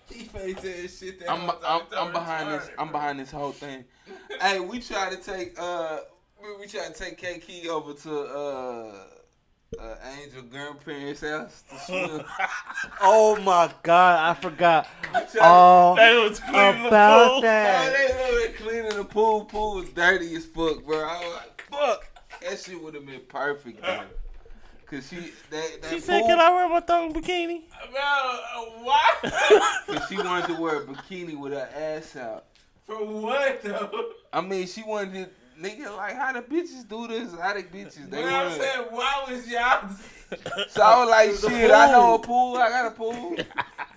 S2: he face that shit that
S1: I'm
S2: whole
S1: I'm,
S2: time.
S1: I'm behind
S2: Retarded,
S1: this. I'm
S2: bro.
S1: behind this whole thing. hey, we try to take uh we, we try to take KK over to uh. Uh, Angel grandparents' house. To swim.
S3: Oh my god, I forgot
S1: oh,
S3: all
S4: was
S3: about that.
S1: they, they were cleaning the pool. Pool was dirty as fuck, bro. I was like, fuck. That shit would have been perfect, bro. Cause she that that
S4: She
S1: pool.
S4: said, "Can I wear my thong bikini?"
S2: Bro, uh, why?
S1: Cause she wanted to wear a bikini with her ass out.
S2: For what though?
S1: I mean, she wanted to, nigga, like, how the bitches do this? How the bitches,
S2: You
S1: they
S2: know what I'm
S1: want
S2: saying? Why was y'all?
S1: So I was like, shit, I know a pool. I got a pool.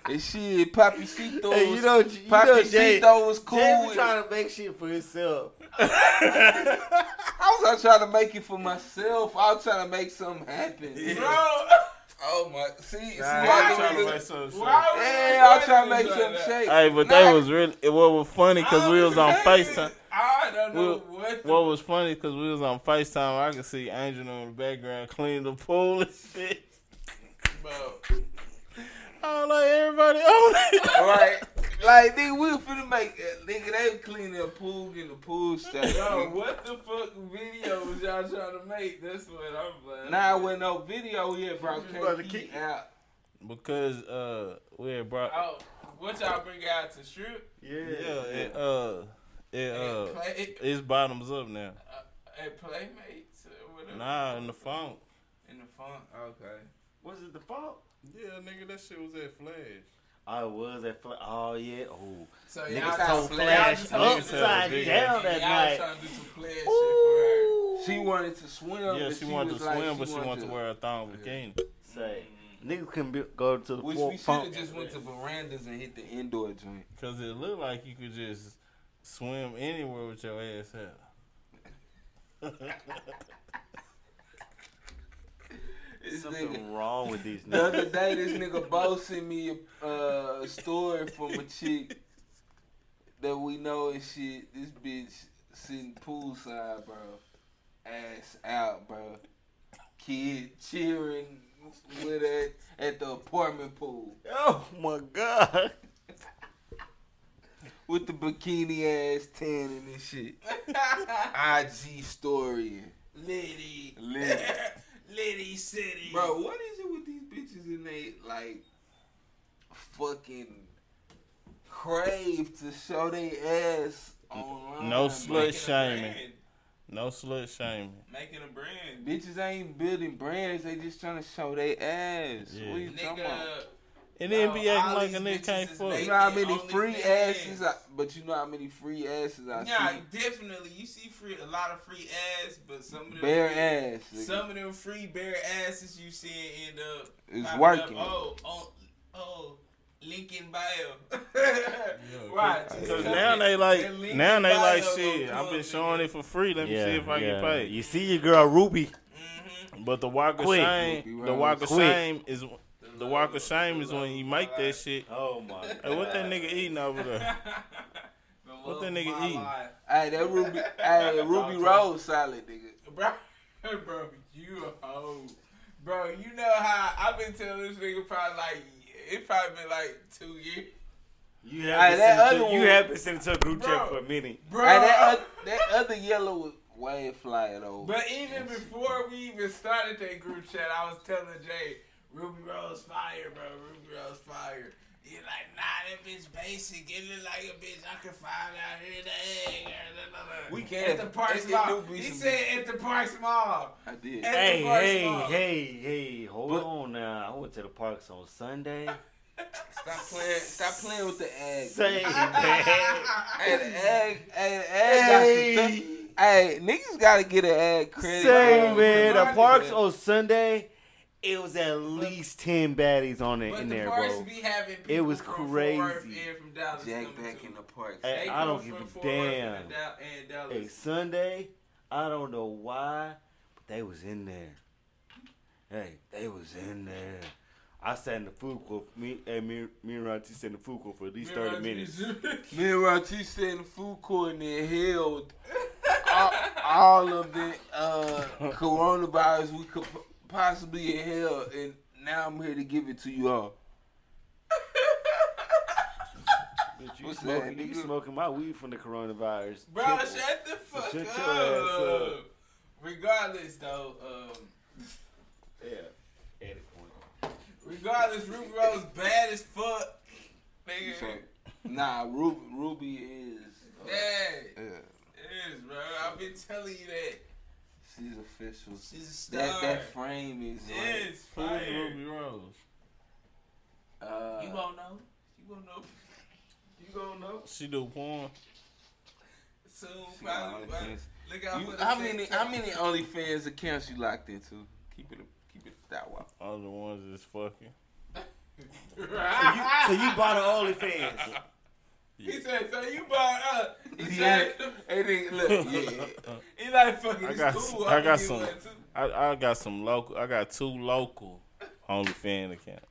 S1: and shit, Poppy Cito was,
S3: Hey, you know, you
S1: Poppy
S3: know Jay, Jay
S1: Cito was cool.
S3: be
S1: with it.
S3: trying to make shit for himself.
S1: I was like, trying to make it for myself. I was trying to make something happen.
S2: Bro,
S1: Oh, my. See, see
S2: I
S1: why
S2: ain't trying to
S1: niggas-
S2: why was
S1: Hey,
S2: you
S1: I was trying
S2: doing
S1: to make
S2: this
S1: some
S2: like that?
S1: shake.
S4: Hey, but
S1: Nah,
S4: that was really it, what was funny because we was on
S2: I don't
S4: Facetime.
S2: know. I don't know
S4: Well,
S2: what. The,
S4: What was funny because we was on Facetime. I could see Angel in the background cleaning the pool and shit.
S2: bro.
S4: I was like, everybody on it.
S1: Right. Like, nigga, we were finna make, nigga, they clean their pool, in the pool stuff.
S2: Yo, what the fuck video was y'all trying to make? That's what I'm glad.
S1: Now with no video yet, bro.
S3: Just about to
S1: Can't
S3: kick
S1: be out.
S4: because uh, we had brought
S2: Oh, what y'all bring out to strip?
S3: Yeah.
S4: yeah, it, uh, it,
S2: And
S4: uh,
S2: play,
S4: it's bottoms up now.
S2: and playmates or whatever.
S4: Nah, in the phone.
S2: In the uh, funk. Okay.
S6: Was it the fault?
S4: Yeah, nigga, that shit was at Flash.
S6: I was at fl- oh yeah oh
S2: So
S6: Niggas
S2: y'all trying to- y'all
S1: so
S3: Flash
S2: just trying to-
S3: upside
S4: Niggas
S3: down
S2: y'all
S3: that night.
S2: trying to do some player shit for
S1: She wanted to swim.
S4: Yeah,
S1: but
S4: she, wanted to
S1: was
S4: swim,
S1: like,
S4: but she wanted to wear a thong bikini.
S6: say niggas couldn't be- go to the
S1: Which
S6: full
S1: we should have
S6: pump.
S1: just went to verandas and hit the indoor joint.
S4: Cause it looked like you could just swim anywhere with your ass out.
S1: This nigga.
S6: Something wrong with these
S1: The other
S6: niggas.
S1: day, this nigga Bo sent me a uh, story from a chick that we know and shit. This bitch sitting poolside, bro. Ass out, bro. Kid cheering with it at the apartment pool.
S3: Oh my god.
S1: with the bikini ass tanning and shit. IG story.
S2: her. Liddy.
S1: Liddy.
S2: Liddy City.
S1: Bro, what is it with these bitches and they like fucking crave to show their ass online?
S4: No
S1: man?
S4: slut
S2: Making a
S4: shaming.
S2: brand.
S4: No slut shaming.
S2: Making a brand.
S1: Bitches ain't building brands, they just trying to show their ass.
S4: Yeah.
S1: What you talking about?
S2: Nigga.
S4: And then
S2: Oh,
S4: be
S2: all
S4: acting like
S2: these
S4: a nigga
S2: bitches
S4: can't
S2: is
S4: fuck.
S1: You
S2: naked.
S1: know how many
S2: Only
S1: free
S2: fans.
S1: asses I, but you know how many free asses I
S2: Nah,
S1: see?
S2: definitely. You see free a lot of free ass, but some of them
S1: Bare
S2: free-
S1: ass. nigga.
S2: Some of them free bare asses you see end up
S1: It's
S2: popping
S1: working.
S2: Up. Oh, oh, oh, Lincoln bio. Why?
S4: Cause now they like,
S2: Lincoln
S4: now they
S2: bio
S4: like,
S2: gonna
S4: shit.
S2: come,
S4: I've been
S2: nigga.
S4: showing it for free. Let me
S3: Yeah,
S4: see if I
S3: yeah.
S4: get paid.
S3: You see your girl Ruby.
S2: Mm-hmm.
S4: But the walk of
S3: Quick.
S4: shame, the walk of
S3: Quick.
S4: shame is the walk of shame is when you make that shit.
S6: Oh my god.
S4: Hey, what that nigga eating over there?
S2: The love
S4: What that
S2: of
S4: nigga
S2: my
S4: eating?
S2: life.
S1: Hey, that Ruby, hey, Ruby Rose solid, nigga.
S2: Bro, bro, you a hoe. Bro, you know how I've been telling this nigga probably like, it probably been like two years.
S6: You
S1: Hey,
S6: have
S1: that
S6: to
S1: other one,
S3: You have been sent to a group
S2: Bro.
S3: chat for a minute.
S2: Bro,
S1: hey, that, other, that other yellow was way fly though.
S2: But even before we even started that group chat, I was telling Jay, Ruby Rose fire, bro. Ruby Rose fire. He's like, nah, that bitch basic. It look like a bitch I can find out here in the egg.
S1: We
S2: At
S1: can't-
S2: the Parks
S1: it- it
S2: Mall.
S1: do be
S2: He
S1: some-
S2: said at the Parks Mall.
S1: I did.
S2: At
S3: Hey,
S2: the Parks
S3: hey,
S2: Mall.
S3: hey, hey, hold
S1: But-
S3: on now. I went to the parks on Sunday.
S1: Stop playing. Stop playing with the egg.
S3: Sunday.
S1: Hey, the egg. Hey, the egg. Got some
S3: Hey.
S1: th- hey, niggas gotta get an egg credit.
S3: Say,
S1: bro.
S3: man, the
S2: Remind
S3: parks
S1: me.
S3: on Sunday, it was at least ten baddies on it
S2: But
S3: in
S2: the
S3: there,
S2: Parks
S3: bro.
S2: be having
S3: It
S2: people
S3: was
S2: from Fort Worth
S3: crazy.
S2: and from Dallas
S1: Jack
S2: coming
S1: back
S2: too.
S1: in the park.
S3: Hey.
S2: They
S3: I
S2: come
S3: don't
S2: from
S3: give a
S2: Fort Worth
S3: damn.
S2: and Dal- and Dallas.
S3: Hey, Sunday, I don't know why, but they was in there. Hey, they was in there. I sat in the food court. Me and me, me and Ronti sat in the food court for at least thirty minutes.
S1: Me and Rati sat in the food court and they held all, all of the uh, coronavirus we could p- possibly inhale, and now I'm here to give it to you all.
S3: Bitch, you
S1: What's
S3: smoking,
S1: that,
S3: you
S1: nigga?
S3: smoking my weed from the coronavirus.
S2: Bro,
S3: Triple.
S2: shut the fuck
S3: Shut your
S2: up.
S3: ass up.
S2: Regardless, though, um,
S6: Yeah. Edit point.
S2: regardless, Ruby Rose bad as fuck, nigga.
S1: So, nah, Ruby, Ruby is. uh,
S2: Bad.
S1: yeah,
S2: It is, bro. I've been telling you that.
S1: she's official.
S2: She's a star.
S1: That that frame is like,
S2: Yes,
S4: Who's
S2: fire.
S4: Ruby Rose?
S1: uh,
S2: You won't know. You won't know. You gonna know
S4: She do porn.
S2: soon,
S1: she got
S2: probably. bro.
S1: OnlyFans.
S2: Look out
S1: You-
S2: for the
S1: how many
S2: TikTok.
S1: how many OnlyFans accounts you locked into? Keep it keep it that way.
S4: All the ones that's fucking.
S3: So you bought an OnlyFans.
S2: He said, so you bought uh he
S1: Yeah,
S2: said
S1: and then, look, yeah.
S2: he like fucking
S4: I
S2: it's
S4: got
S2: cool.
S4: s- I
S2: can
S4: got
S2: get
S4: some.
S2: one, too.
S4: I, I got some local. I got two local OnlyFans accounts.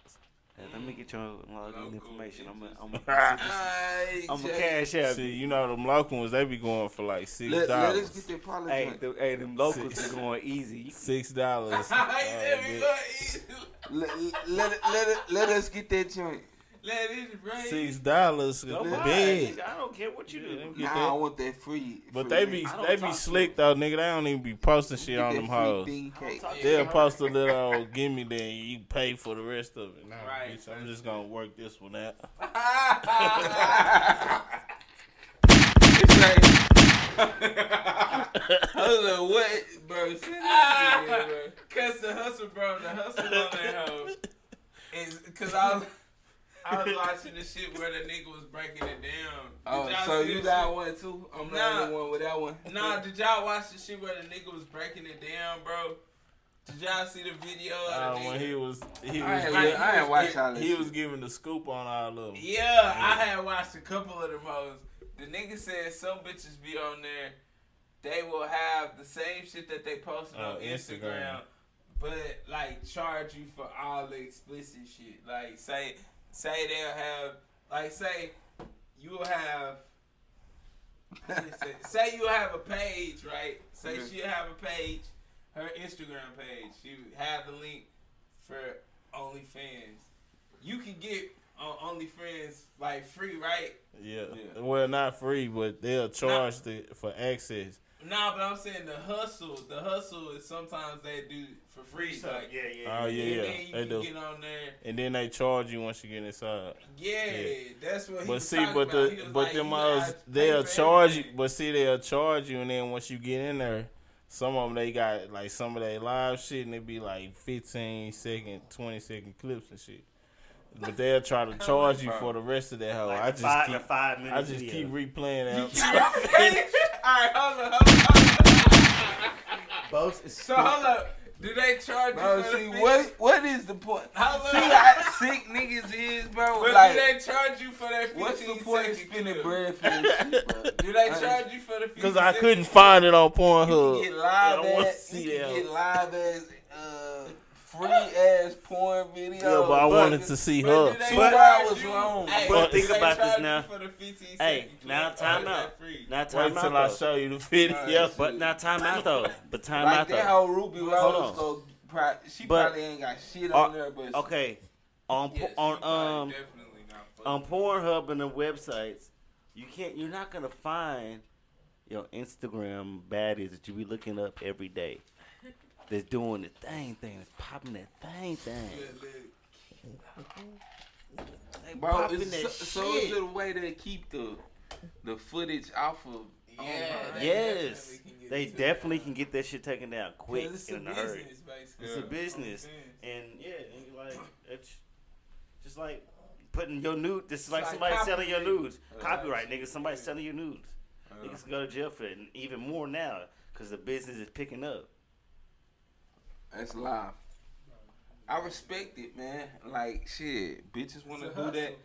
S3: Hey, Let me get your login information. I'm gonna, I'm gonna,
S1: Aight,
S3: I'm gonna
S1: Jay.
S3: cash out.
S4: See, you know them local ones. They be going for like six
S1: Let, let us
S4: dollars.
S1: get that policy.
S3: Hey, the, hey, them locals
S4: See.
S3: are going easy. You
S4: Six dollars.
S2: He said, we gonna eat.
S1: let, let, it- let, it- let us get that joint.
S2: Let it rain.
S4: Six dollars.
S3: Go buy
S4: Big.
S3: it, nigga. I don't care what you
S4: Yeah, them
S3: do.
S4: Get
S1: nah,
S4: that.
S1: I want that free.
S4: But
S1: free
S4: they
S1: thing.
S4: be
S3: I don't
S4: they
S3: talk
S4: be
S3: to
S4: slick though, nigga. They don't even be posting shit
S1: Get
S4: on
S1: that
S4: them
S1: free
S4: hoes.
S1: bean cake.
S3: talk-
S4: They'll post a little old gimme then you pay for the rest of it. Nah,
S2: Right.
S4: bitch, I'm just gonna work this one out.
S1: It's like, I was like, what, bro? Send
S2: Ah!
S1: that shit, bro.
S2: Cause the hustle, bro, the hustle on that hoe is cause I was I was watching the shit where the nigga was breaking it down.
S1: Oh,
S2: Did y'all
S1: so
S2: see
S1: you
S2: that
S1: got
S2: shit?
S1: one too? I'm
S2: Nah.
S1: not the one with that one.
S2: Nah, did y'all watch the shit where the nigga was breaking it down, bro? Did y'all see the video
S4: Uh,
S2: of the
S4: when
S2: nigga?
S4: he was he
S1: I
S4: was
S1: ain't,
S2: like,
S1: li- I ain't watch
S4: gi-
S1: all that.
S4: he
S1: shit.
S4: was giving the scoop on all of them.
S2: Yeah, I had watched a couple of them hoes. The nigga said some bitches be on there. They will have the same shit that they posted
S4: Oh,
S2: on Instagram,
S4: Instagram.
S2: but like charge you for all the explicit shit. Like say say they'll have like say you will have say, say you have a page, right? Say
S1: Okay.
S2: she have a page, her Instagram page. She would have the link for OnlyFans. You can get on OnlyFans like free, right?
S4: Yeah.
S1: Yeah.
S4: Well not free, but they'll charge the, for access.
S2: Nah, but I'm saying the hustle. The hustle is sometimes they do for free. like,
S6: Yeah, yeah.
S4: Oh yeah,
S2: and
S4: yeah.
S2: then you
S4: They
S2: can
S4: do.
S2: get on there.
S4: And then they charge you once you get inside.
S2: Yeah,
S4: Yeah.
S2: that's what. He
S4: But
S2: was
S4: see,
S2: talking
S4: but
S2: about. He
S4: the
S2: was
S4: but
S2: like,
S4: them
S2: you gotta
S4: others
S2: pay
S4: they'll
S2: for
S4: charge you.
S2: everything.
S4: But see, they'll charge you, and then once you get in there, some of them they got like some of their live shit, and it be like 15 second, 20 second clips and shit. But they'll try to charge you for the rest of that hoe. Oh, I just
S6: five
S4: keep
S6: to five minutes.
S4: I just keep replaying
S2: You
S4: out.
S2: see what I'm saying? All right, hold up, hold up, hold up.
S3: Both.
S2: So hold up. Do they charge
S1: Bro,
S2: you for
S1: see
S2: the fix?
S1: what what is the point?
S2: How
S1: See
S2: long?
S1: how sick niggas is, bro.
S2: But
S1: like,
S2: do they charge you for that 15
S1: what's the point of
S2: second
S1: spending
S2: clip?
S1: bread for this shit, bro?
S2: Do they
S1: Like,
S2: charge you for the 50
S4: Because I
S2: second-
S4: couldn't find it on
S1: You can get
S4: Pornhub.
S1: live
S4: I wanna
S1: ass,
S4: see
S1: you can
S4: that.
S1: get live ass, uh, free ass porn video.
S4: Yeah, but I wanted to see
S2: But
S4: her.
S2: do they
S1: Two
S2: charge
S1: hours
S2: you-
S1: long.
S2: Hey,
S4: But
S2: do
S4: think
S2: they
S3: about this
S2: charge you
S3: now.
S2: for the 15
S3: Hey,
S2: second clip,
S3: now
S2: or is
S3: time
S2: that
S3: out.
S2: free?
S3: Now
S4: Wait
S3: time out.
S4: till I
S3: Though.
S4: show you the video.
S1: Alright.
S3: But now time out though. But time
S1: Like
S3: out
S1: that
S3: though.
S1: whole Ruby Rose,
S3: on.
S1: though, pro- she
S3: But-
S1: probably ain't got shit on
S3: Uh,
S1: there, but
S3: Okay, on
S2: Yeah,
S3: po-
S2: she probably
S3: on um
S2: definitely not fucking.
S3: on Pornhub and the websites, you can't. You're not gonna find your Instagram baddies that you be looking up every day. That's doing the thing thing. That's popping that thing thing. They
S1: bro,
S3: popping
S1: it's
S3: that
S1: so, so it's
S3: shit.
S1: the way they keep the the footage off of. oh, on
S2: Yeah,
S1: her.
S2: they definitely
S3: yes,
S2: can get
S3: they
S2: to
S3: definitely
S2: that.
S3: can get that shit taken down quick
S2: 'Cause it's a
S3: in a hurry.
S2: business, basically.
S3: It's a
S2: Yeah.
S3: business,
S2: Yeah.
S3: and yeah, and like it's just like putting your nude. This is like
S2: like
S3: somebody selling your
S2: copyright.
S3: nudes.
S2: Uh,
S3: Copyright, nigga. Somebody selling your nudes.
S1: Uh,
S3: Niggas can go to jail for it, and even more now because the business is picking up.
S1: That's live. I respect it, man. Like shit, bitches want to
S2: It's a
S1: do that.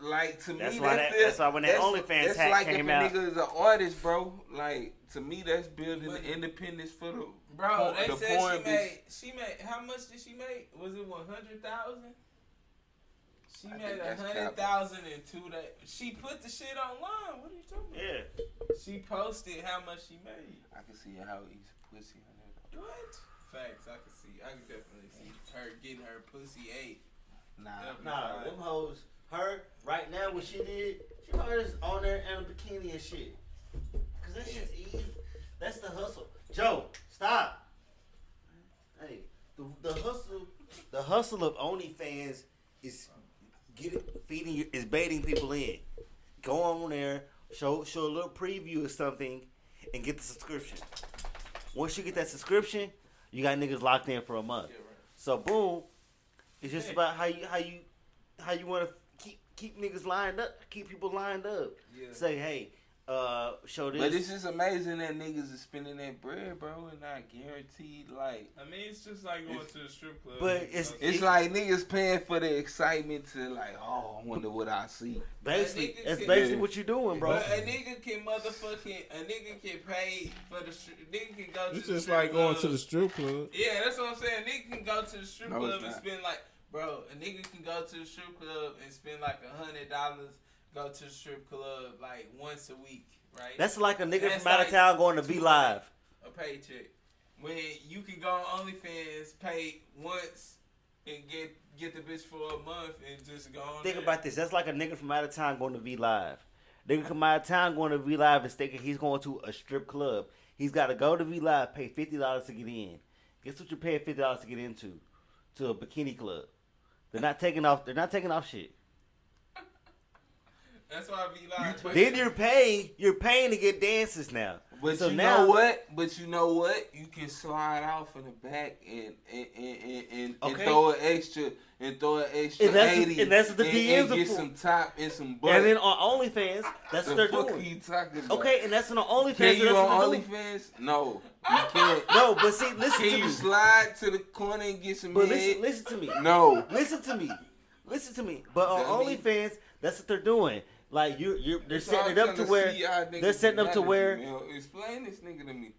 S1: Like to
S3: That's
S1: me,
S3: why
S1: that's,
S3: that-
S1: the-
S3: that's why when that OnlyFans
S1: that's
S3: hack
S1: like if
S3: came
S1: a
S3: out.
S1: nigga is an artist, bro. Like to me, that's building the independence for the
S2: Bro,
S1: por-
S2: they
S1: the
S2: said
S1: porn
S2: she
S1: bitch.
S2: made, she made, how much did she make? Was it 100,000? She
S1: I
S2: made
S1: think that's
S2: 100,000 in two days. She put the shit online. What are you talking about?
S3: Yeah,
S2: She posted how much she made.
S1: I can see how he's pussy. on that.
S2: What? Facts, I can see. I can definitely see her getting her pussy ate.
S1: Nah,
S2: Nah, them
S3: hoes. Her right now, what she did, she probably just on there in a bikini and shit. Cause that shit's easy. That's the hustle. Joe, stop. Hey, the, the hustle, the hustle of OnlyFans is getting feeding you is baiting people in. Go on there, show show a little preview of something, and get the subscription. Once you get that subscription, you got niggas locked in for a month. So boom, it's just about how you how you how you want to keep keep niggas lined up, keep people lined up.
S2: Yeah.
S3: Say hey, uh, show this.
S1: but it's just amazing that niggas is spending that bread, bro, and not guaranteed. Like
S2: I mean, it's just like going to the strip club.
S3: but it's-
S2: Okay.
S1: it's
S3: It-
S1: like niggas paying for the excitement to like, oh, I wonder what I see.
S3: basically
S2: nigga
S3: that's
S2: can-
S3: basically what you're doing, bro.
S2: But a nigga can motherfucking a nigga can pay for the stri- nigga can go. to
S4: It's just
S2: the strip
S4: like going
S2: club.
S4: to the strip club.
S2: Yeah, that's what I'm saying. Nigga can go to the strip
S1: No,
S2: club
S1: it's
S2: and
S1: not.
S2: spend like, bro. A nigga can go to the strip club and spend like a hundred dollars. Go to the strip club like once a week, right?
S3: That's like a nigga
S2: That's
S3: from out of
S2: like
S3: town going to
S2: two
S3: be live.
S2: a paycheck. When you can go on OnlyFans, pay once, and get get the bitch for a month and just go on.
S3: Think
S2: there.
S3: about this. That's like a nigga from out of town going to V Live. Nigga come out of town going to V Live is thinking he's going to a strip club. He's got to go to V Live, pay fifty dollars to get in. Guess what? You pay fifty dollars to get into to a bikini club. They're not taking off. They're not taking off shit.
S2: That's why I be like, but-
S3: Then you're paying. You're paying to get dances now.
S1: But
S3: So
S1: you
S3: now-
S1: know what? But you know what? You can slide off in the back and and and, and, and,
S3: Okay.
S1: and throw an extra and throw an extra
S3: And that's what-
S1: eighty.
S3: and that's what the DMs
S1: and,
S3: are
S1: and get
S3: for.
S1: some top and some butt.
S3: and then on OnlyFans, that's what
S1: the
S3: they're
S1: fuck
S3: doing.
S1: are you talking about?
S3: Okay, and that's on OnlyFans.
S1: Can
S3: that's
S1: you
S3: what
S1: on
S3: they're doing.
S1: OnlyFans? No, you can't.
S3: No, but see, listen to
S1: Can you
S3: me.
S1: slide to the corner and get some
S3: But
S1: head?
S3: listen, listen to me.
S1: No.
S3: Listen to me. Listen to me. But on
S1: Dummy.
S3: OnlyFans, that's what they're doing. Like you, you, they're
S1: So I'm
S3: setting it up to
S1: trying
S3: where
S1: see y'all niggas
S3: they're setting up to
S1: analogy,
S3: where.
S1: man. Explain this nigga to me.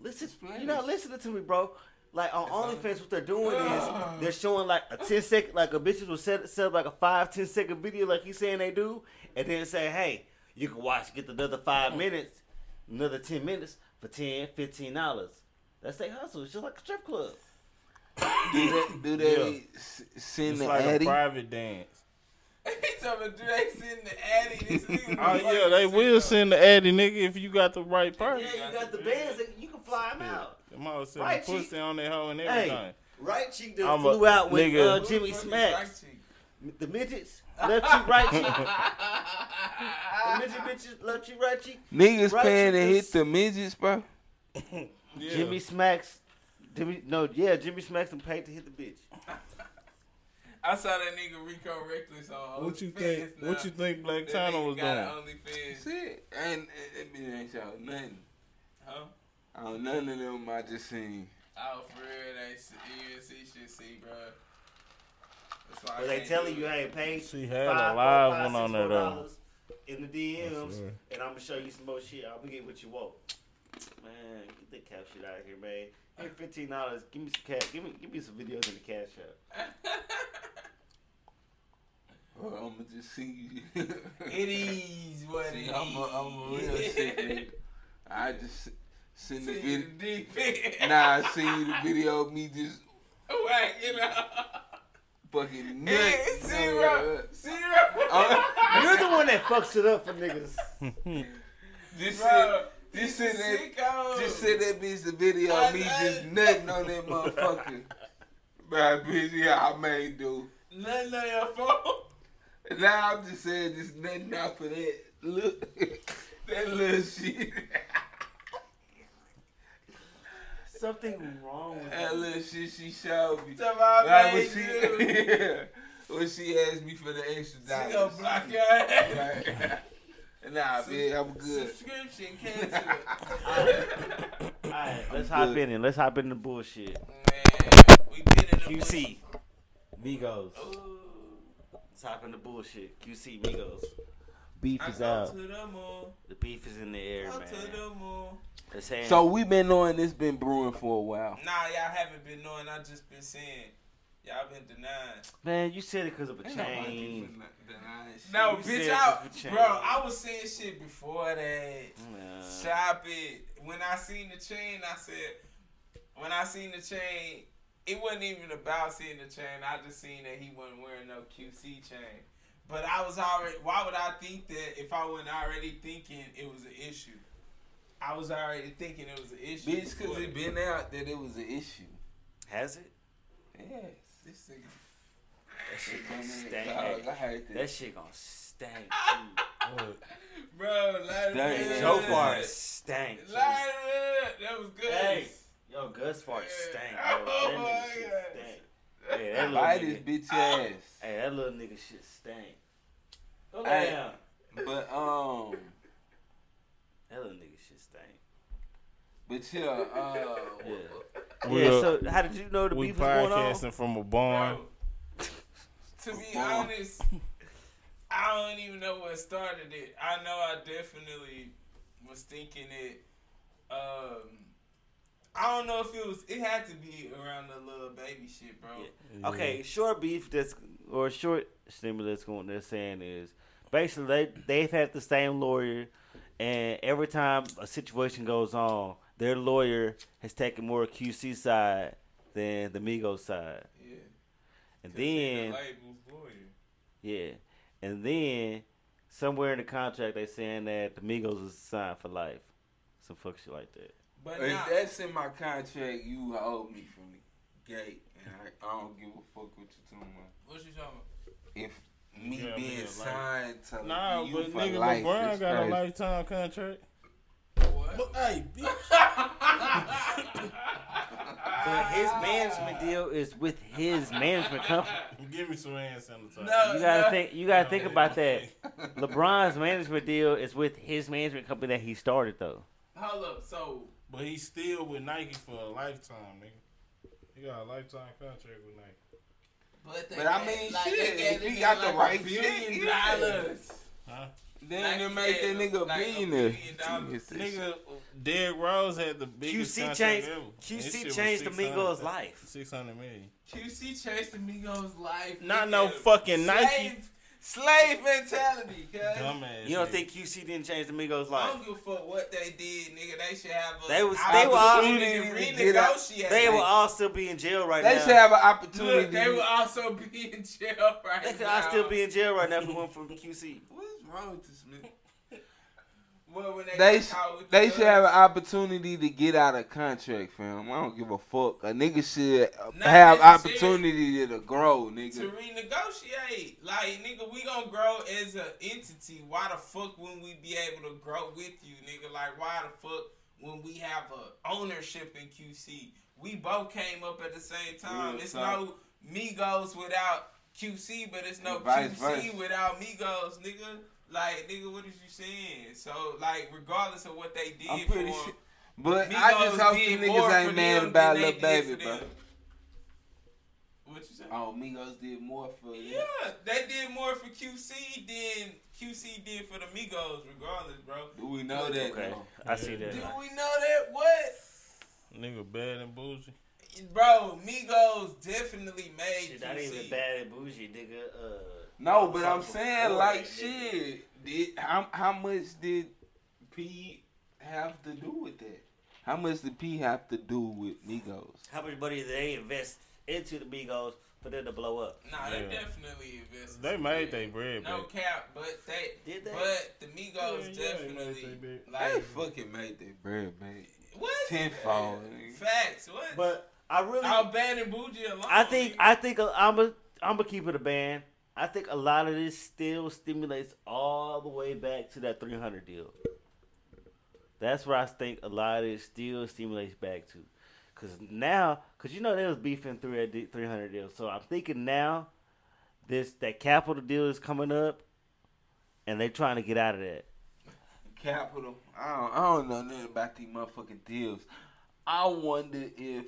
S3: Listen,
S1: Explain
S3: you're not
S1: it.
S3: listening to me, bro. Like on OnlyFans, what they're doing is they're showing like a 10 second, like a bitches will set, set up like a 5, 10 second video, like he's saying they do, and then say, hey, you can watch, get another five minutes, another 10 minutes for 10, 15 dollars. That's their hustle. It's just like a strip club.
S1: Do they, do they
S4: Yeah.
S1: s- send
S4: It's
S1: the
S4: like a
S1: addy?
S4: private dance.
S2: He talking about, do they send the addy? This nigga
S4: Oh
S2: was
S4: yeah,
S2: like,
S4: they
S2: "Sit
S4: will
S2: up."
S4: send the addy nigga if you got the right person.
S3: Yeah, you got the bands, that you can fly them out.
S4: Them hoes send
S3: Right,
S4: the
S3: she-
S4: pussy on their hoe and
S3: Hey.
S4: everything.
S3: Right cheek done
S4: I'm a
S3: flew out with
S4: nigga.
S3: uh,
S2: Who the
S3: Jimmy
S2: fuck is
S3: Smacks.
S2: Black Chick?
S3: The midgets, left cheek, right cheek. the midget bitches, left cheek, right cheek.
S1: Niggas
S3: Right
S1: paying to
S3: to
S1: hit
S3: this-
S1: the midgets, bro.
S4: Yeah.
S3: Jimmy Smacks. Jimmy, no, yeah, Jimmy Smacks and paid to hit the bitch.
S2: I saw that nigga Rico Reckless on.
S4: What you
S2: OnlyFans
S4: think?
S2: Now.
S4: What you think Black
S2: That
S4: China
S2: nigga
S4: was
S2: got uh,
S4: doing?
S2: an OnlyFans,
S1: That's it. And it, it ain't y'all nothing.
S2: huh?
S1: I don't none of them I just seen.
S2: Oh, for real, they see, you see shit, see, bro. That's why I
S3: But they
S2: can't
S3: telling
S2: do
S3: you,
S2: it.
S3: hey, pay
S4: She had a
S3: five,
S4: live
S3: four, five,
S4: one on
S3: six more
S4: there though.
S3: dollars in the DMs,
S4: That's right.
S3: and I'm gonna show you some more shit. I'm gonna get what you want. Man, get that cap shit out of here, man. Hey, fifteen dollars. Give me some cash. Give me, give me some videos in the cash app.
S1: Or I'm gonna just see you.
S2: It is what it
S1: See,
S2: is.
S1: I'm a, I'm a real sick nigga. I just s- send the
S2: See the
S1: video.
S2: dick pic.
S1: Nah, I seen you the video of me just
S2: Whack, you know.
S1: fucking nut.
S2: Yeah, zero, zero.
S1: Oh, I'm-
S3: You're the one that fucks it up for niggas.
S1: Just
S2: Bro,
S1: send, just
S2: you oh.
S1: send that,
S2: sicko.
S1: just send that bitch the video
S2: I
S1: of me
S2: know.
S1: just nutting on that motherfucker. Bro, bitch, yeah, I may do.
S2: Nothing on your phone.
S1: Now I'm just saying, just nutting out for that look, that little shit,
S3: Something wrong with
S1: that
S3: you.
S1: little shit she showed me.
S2: Tell my
S1: Like when
S2: baby.
S1: she,
S2: She
S1: yeah, when she asked me for the extra dollars.
S2: gonna block your ass.
S1: Like, nah, man, I'm good.
S2: Subscription canceled.
S3: All right, let's
S1: I'm
S3: hop
S1: good.
S3: in it. Let's hop in the bullshit.
S2: Man, we get in the
S3: QC, Migos.
S2: bush. Ooh,
S3: Let's hop in the bullshit. QC, Migos.
S2: I
S3: Beef is
S2: go to
S3: out.
S2: the moon.
S3: The beef is in the air,
S2: Go
S3: man.
S2: to the moon.
S3: They're saying
S1: So we've been knowing this been brewing for a while.
S2: Nah, y'all haven't been knowing. I just been saying. Y'all been denying.
S3: Man, you said it because of a chain.
S2: No,
S3: You
S2: bitch,
S3: said
S2: I,
S3: it was a
S2: bro,
S3: chain.
S2: I was saying shit before that.
S3: Nah.
S2: Stop it. When I seen the chain, I said, when I seen the chain, it wasn't even about seeing the chain. I just seen that he wasn't wearing no QC chain. But I was already, why would I think that if I wasn't already thinking it was an issue? I was already thinking it was an issue.
S1: Bitch, cause
S2: before
S1: it
S2: that.
S1: been out that it was an issue.
S3: Has it?
S1: Yes.
S2: This nigga.
S3: That shit
S1: I
S3: gonna
S1: mean,
S3: stank.
S1: dog, I hate
S3: That
S1: that.
S3: shit gonna stank. too.
S2: Bro, light it
S1: Dang,
S2: up.
S3: Joe fart stank. too.
S2: Light it up. That was good.
S3: Hey. Yo, Gus fart stank. Bro.
S2: Oh
S3: That
S2: my
S3: nigga
S2: God.
S1: Buy this
S3: shit stank. Hey, that little nigga.
S1: bitch ass.
S3: Hey, that little nigga shit stank. Go
S1: Hey.
S3: lay down.
S1: But um,
S3: That little nigga shit stank.
S1: but yeah, uh,
S3: Yeah.
S4: We
S3: yeah.
S4: up.
S3: So how did you know the
S4: We
S3: beef was going on?
S4: podcasting from a barn.
S2: Bro, to be honest, I don't even know what started it. I know I definitely was thinking it. Um, I don't know if it was. It had to be around the little baby shit, bro.
S3: Yeah. Okay,
S4: Yeah.
S3: short beef that's or short stimulus going they're saying is basically they they've had the same lawyer and every time a situation goes on, their lawyer has taken more QC side than the Migos side.
S2: Yeah.
S3: And
S2: The
S3: then
S2: label's lawyer.
S3: yeah. And then somewhere in the contract they saying that the Migos is signed for life. Some fuck shit like that.
S2: But
S1: if
S2: nah,
S1: that's in my contract, you owe me from the gate, and I, I don't give a fuck what you talking about.
S2: what you talking about?
S1: If me
S4: Yeah,
S1: being
S4: yeah, like-
S1: signed to
S4: Nah,
S1: you
S4: but
S1: for
S4: nigga
S1: life,
S4: LeBron
S1: is
S4: got
S1: crazy.
S4: a lifetime contract.
S2: What?
S4: Hey, bitch.
S3: But his management deal is with his management company.
S4: Give me some hand sanitizer.
S2: No.
S3: You gotta
S2: Yeah.
S3: think. You gotta think about that. LeBron's management deal is with his management company that he started, though.
S2: Hold up. So
S4: But he's still with Nike for a lifetime, nigga. He got a lifetime contract with Nike.
S2: But, they
S1: But I
S2: got-
S1: mean,
S2: like,
S1: shit,
S2: they
S1: if he
S2: nigga
S1: got the
S2: like a
S1: right
S2: billion
S1: shit, yeah.
S2: dollars.
S4: Huh?
S1: Then you
S2: Like,
S1: make
S2: yeah,
S1: that
S2: like
S1: nigga
S2: a
S1: billionaire.
S2: billion dollars.
S1: Jesus.
S4: Nigga, Derrick Rose had the biggest
S3: QC
S4: contract
S3: changed.
S4: ever. His shit
S3: QC
S4: was
S3: changed the
S4: 600
S3: Migos' life.
S4: Six hundred million.
S2: QC chased the Migos life.
S4: Not
S2: Nigga.
S4: no fucking Nike.
S2: Slave, slave mentality, cuz. I
S4: Dumbass.
S3: You don't
S4: nigga.
S3: think QC didn't change the Migos'
S4: Oh,
S3: life?
S2: don't give a fuck what they did, nigga. They should have a.
S3: They was-
S2: I
S3: they were
S2: was
S3: all-
S2: willing to
S1: They get out.
S2: renegotiate.
S3: They will all still be in jail right
S1: They
S3: now.
S1: should have an opportunity.
S2: Look, they will also be in jail right
S3: they could
S2: now.
S3: all still be in jail right now if it went from QC.
S1: What's wrong with this nigga?
S2: Well, when they,
S1: They
S2: get
S1: sh-
S2: caught with
S1: They
S2: the
S1: should have an
S2: drugs.
S1: opportunity to get out of contract, fam. I don't give a fuck. A nigga should uh,
S2: Not
S1: have
S2: necessarily.
S1: opportunity to grow,
S2: to
S1: nigga.
S2: renegotiate. Like, nigga, we gonna grow as an entity. Why the fuck wouldn't we be able to grow with you, nigga? Like, why the fuck when we have a ownership in QC? We both came up at the same time.
S1: Real
S2: it's
S1: talk.
S2: no Migos without QC, but it's no
S1: And vice
S2: QC
S1: versa.
S2: without Migos, nigga. Like, nigga, what is you saying? So, like, regardless of what they did
S1: I'm
S2: for
S1: pretty
S2: him,
S1: sure. But
S2: Migos
S1: I just hope
S2: did more
S1: you niggas
S2: for
S1: ain't mad
S2: them
S1: about
S2: than they
S1: Lil
S2: did
S1: Baby,
S2: for
S1: bro.
S2: them. What you say?
S1: Oh, Migos did more for you.
S2: Yeah, they did more for QC than QC did for the Migos, regardless, bro.
S1: Do we know that?
S3: Okay,
S1: though?
S3: I see that.
S2: Do we know that? What?
S4: Nigga bad and bougie.
S2: Bro, Migos definitely made
S3: Shit,
S2: QC.
S3: not even bad and bougie, nigga. Uh,
S1: No, but I'm
S3: something
S1: saying
S3: before
S1: like
S3: that, nigga.
S1: shit. Did how how much did P have to do with that? How much did P have to do with Migos?
S3: How much money did they invest into the Migos for them to blow up?
S2: Nah, they
S4: Yeah.
S2: definitely invested.
S4: They
S2: some bread.
S4: made their bread
S2: No
S4: back.
S2: cap, but they
S3: Did they?
S2: But the Migos
S4: Yeah, yeah, they made
S2: definitely
S4: their
S1: They
S2: like
S1: fucking made their bread, man.
S2: what
S1: Tenfold, nigga.
S2: facts. What?
S3: But I really,
S2: I'll ban and bougie alone.
S3: I think, I think I'm a, I'm gonna keep it a band. I think a lot of this still stimulates all the way back to that 300 deal. That's where I think a lot of it still stimulates back to, cause now, cause you know they was beefing through that di- 300 deal. So I'm thinking now, this that capital deal is coming up, and they trying to get out of that.
S1: Capital. I don't, I don't know nothing about these motherfucking deals. I wonder if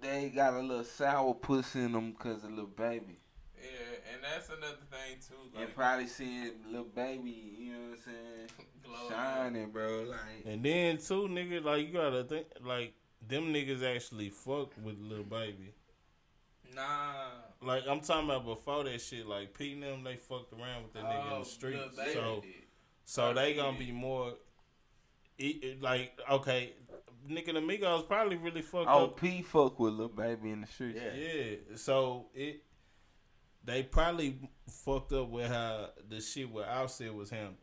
S1: they got a little sour puss in them because of little baby.
S2: yeah, and that's another thing too.
S1: And
S2: Like,
S1: probably seeing little baby, you know what I'm saying?
S2: glow up.
S1: Shining, bro. Like,
S4: And then too, nigga, like you gotta think like them niggas actually fuck with Lil Baby.
S2: Nah,
S4: Like I'm talking about before that shit, like Pete and them, they fucked around with that nigga in
S2: Oh,
S4: the streets.
S2: Lil Baby
S4: So
S2: did.
S4: so they gonna be more e- e- like okay, nigga the Migos probably really fucked
S1: oh,
S4: up.
S1: P fuck with little baby in the streets.
S3: Yeah.
S4: Yeah. So it they probably fucked up with how the shit with Offset was handled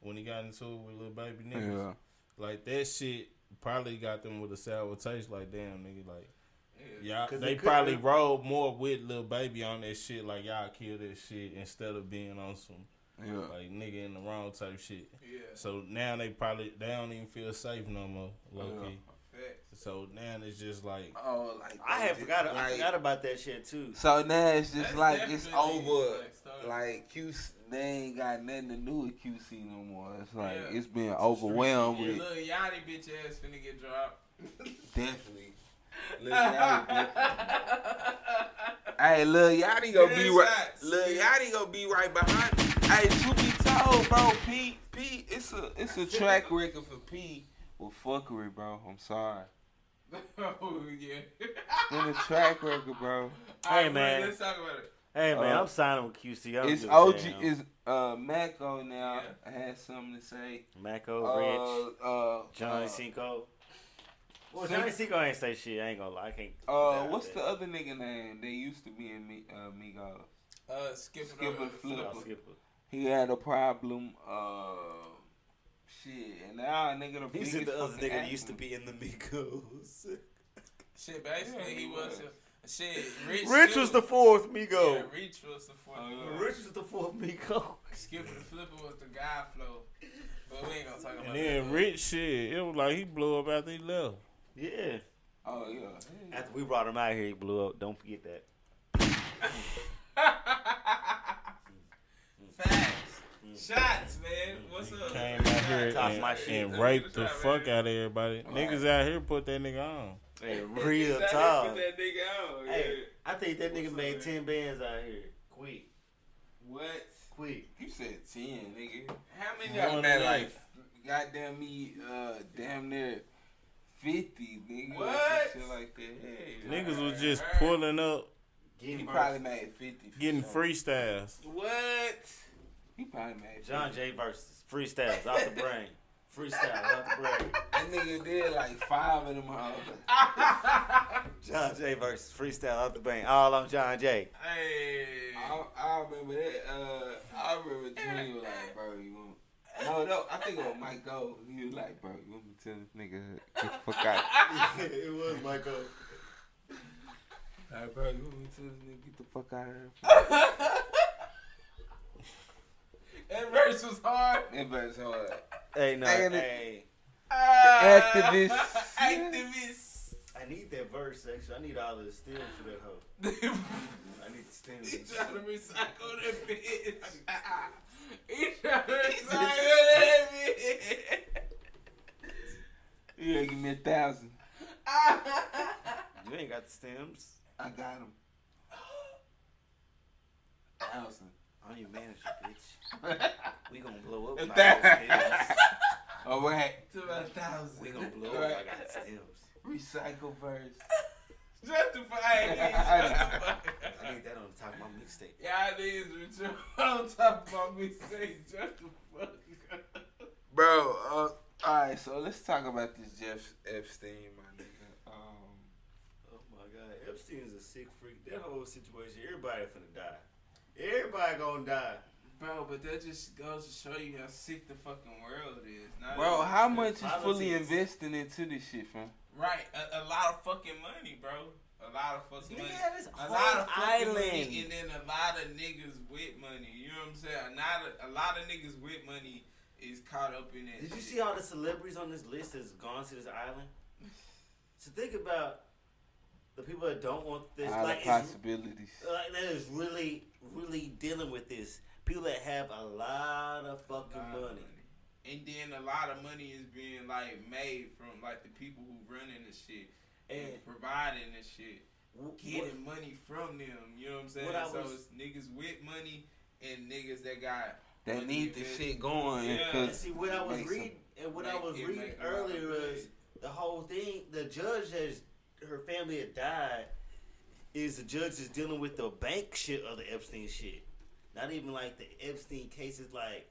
S4: when he got into it with Lil Baby niggas.
S1: Yeah.
S4: Like that shit probably got them with a sour taste. Like damn, nigga, like
S2: Yeah.
S4: y'all,
S3: 'Cause
S4: they
S3: it could
S4: probably
S3: be-
S4: rolled more with Lil Baby on that shit. Like y'all kill that shit instead of being on some
S1: Yeah.
S4: like nigga in the wrong type shit.
S2: Yeah.
S4: So now they probably they don't even feel safe no more, low key.
S2: Facts.
S4: So now it's just like
S1: Oh, like
S3: I
S1: they
S3: had
S1: just,
S3: forgot. I
S1: like-
S3: forgot about that shit too.
S1: So now it's just
S2: That's
S1: like it's
S2: definitely,
S1: over.
S2: like, started.
S1: Like QC, they ain't got nothing to do with QC no more. It's like
S2: Yeah.
S1: it's been overwhelmed
S2: Yeah,
S1: with
S2: little yachty bitch ass finna get dropped.
S1: definitely. Lil Yachty definitely. Hey, Lil Yachty gonna be right.
S2: Headshots.
S1: Lil Yachty gonna be right behind. me. Hey, to be told, bro, P, P, it's a it's a track record for P with fuckery, bro. I'm sorry.
S2: oh yeah.
S1: It's been a track record, bro.
S2: All right,
S3: man.
S2: bro, Let's talk about it.
S3: Hey man,
S1: Uh,
S3: I'm signing with QC. I don't
S1: It's
S3: give a
S1: OG.
S3: damn.
S1: It's uh Maco now has something to say.
S3: Maco, Rich,
S1: Uh, uh,
S3: Johnny
S1: uh,
S3: Cinco. Well,
S1: Cin-
S3: Johnny Cinco ain't say shit. I ain't gonna lie. I can't.
S1: Uh, what's the other nigga name? They used to be in Mi- uh, Migos.
S2: Uh, skip it.
S1: Skip
S2: over.
S1: and flip.
S3: I'll skip it.
S1: He had a problem. Uh, shit, and now a nigga the
S3: He said
S1: biggest
S3: the other
S1: fucking
S3: nigga that used to
S1: athlete.
S3: be in the Migos.
S2: Shit, basically
S1: Yeah,
S2: he
S1: he
S2: was.
S1: was.
S2: a- Shit, Rich.
S3: Rich
S2: still-
S3: was the fourth
S2: Yeah,
S3: Migo.
S2: Rich was the fourth.
S4: Uh-huh.
S1: Oh, yeah.
S3: Rich was the fourth Migo.
S2: Skip and flip it was the guy flow. But we ain't gonna talk about
S4: and
S2: that.
S4: then Rich shit. It was like he blew up after he left.
S3: Yeah.
S1: Oh yeah.
S3: After we brought him out here, he blew up. Don't forget that.
S2: Facts. Shots, man. What's up?
S4: Came out here
S3: Talk
S4: and,
S3: my shit.
S4: and raped the fuck out of everybody. Niggas out here put that nigga on.
S3: Hey,
S2: Niggas
S3: real
S2: out here
S3: talk.
S2: Put that nigga on.
S3: Hey,
S2: yeah.
S3: I think that nigga
S2: What's up,
S3: made
S2: man?
S3: ten bands out here. Quick,
S1: What?
S3: quick.
S1: You said ten, nigga.
S2: How many
S1: Got
S2: y'all
S4: One
S1: that
S4: of
S1: like, goddamn me, uh, damn near fifty, nigga. or some
S2: What?
S1: Shit like that. Yeah.
S4: Niggas was just pulling up,
S1: He
S3: Getting
S1: probably made fifty. for
S4: getting
S1: sure.
S4: freestyles.
S2: What?
S1: He probably made
S3: John
S1: 50.
S3: Jay versus freestyles out the brain. Freestyle out the brain.
S1: That nigga did like five of them. hoes.
S3: John Jay versus freestyle out the brain. All on John Jay.
S2: Hey.
S1: I, I remember that. Uh, I remember Jimmy was like, bro, you want. No, no, I think it was Mike Go. He was like, bro, you want me to tell this nigga get the fuck out?
S3: it was Michael.
S1: Like, bro, you want me to tell this nigga get the fuck out of here?
S2: That verse was hard.
S1: That verse hard.
S3: Hey, no.
S1: Damn it.
S3: Hey.
S1: activists.
S2: Activists.
S3: I need that verse, actually. I need all the steam for that hoe.
S2: he
S3: I need the steam.
S2: trying to recycle that bitch. he trying to recycle that bitch.
S1: You gotta give me a thousand.
S3: You ain't got the stems.
S1: I got him. Thousand.
S3: I'm your manager, bitch. We gonna blow up.
S1: A
S3: If I got stems.
S1: All right.
S2: To a thousand.
S3: We gonna blow up. if I got stems.
S1: Recycle verse.
S2: Shut the fuck up.
S3: I need that on the top of my mixtape.
S2: Y'all niggas return on top of my mistake. Shut the fuck up.
S1: Bro, uh, all right, so let's talk about this Jeff Epstein, my nigga. Um,
S3: Oh my God, Epstein's a sick freak. That whole situation, everybody finna die. Everybody gonna die.
S2: Bro, but that just goes to show you how sick the fucking world is. Not
S1: bro,
S2: even-
S1: how much is fully
S3: Politics.
S1: invested into this shit, fam?
S2: Right, a, a lot of fucking money, bro. A lot of fucking money.
S3: Nigga, this
S2: a
S3: whole
S2: lot of fucking
S3: island.
S2: money, and then a lot of niggas with money. You know what I'm saying? Not a, a lot of niggas with money is caught up in that.
S3: Did you
S2: shit.
S3: see all the celebrities on this list that's gone to this island? So think about the people that don't want this.
S1: All the
S3: Like, it's,
S1: possibilities.
S3: like that is really, really dealing with this. People that have a lot of
S2: A
S3: fucking
S2: lot of
S3: money.
S2: And then a lot of money is being like made from like the people who running this shit and,
S3: And-
S2: providing this shit,
S3: Wh- what-
S2: getting money from them. You know what I'm saying?
S3: What I
S2: so
S3: was-
S2: it's niggas with money and niggas that got
S1: They
S2: money
S1: need the
S2: invested.
S1: shit going
S2: Yeah.
S3: And
S1: because
S3: see what I was
S1: Make some-
S3: reading and what I
S2: make-
S3: was
S2: it
S3: reading
S2: make a lot of
S3: earlier was
S2: money.
S3: the whole thing. The judge has her family had died. Is the judge is dealing with the bank shit or the Epstein shit? Not even like the Epstein cases. Like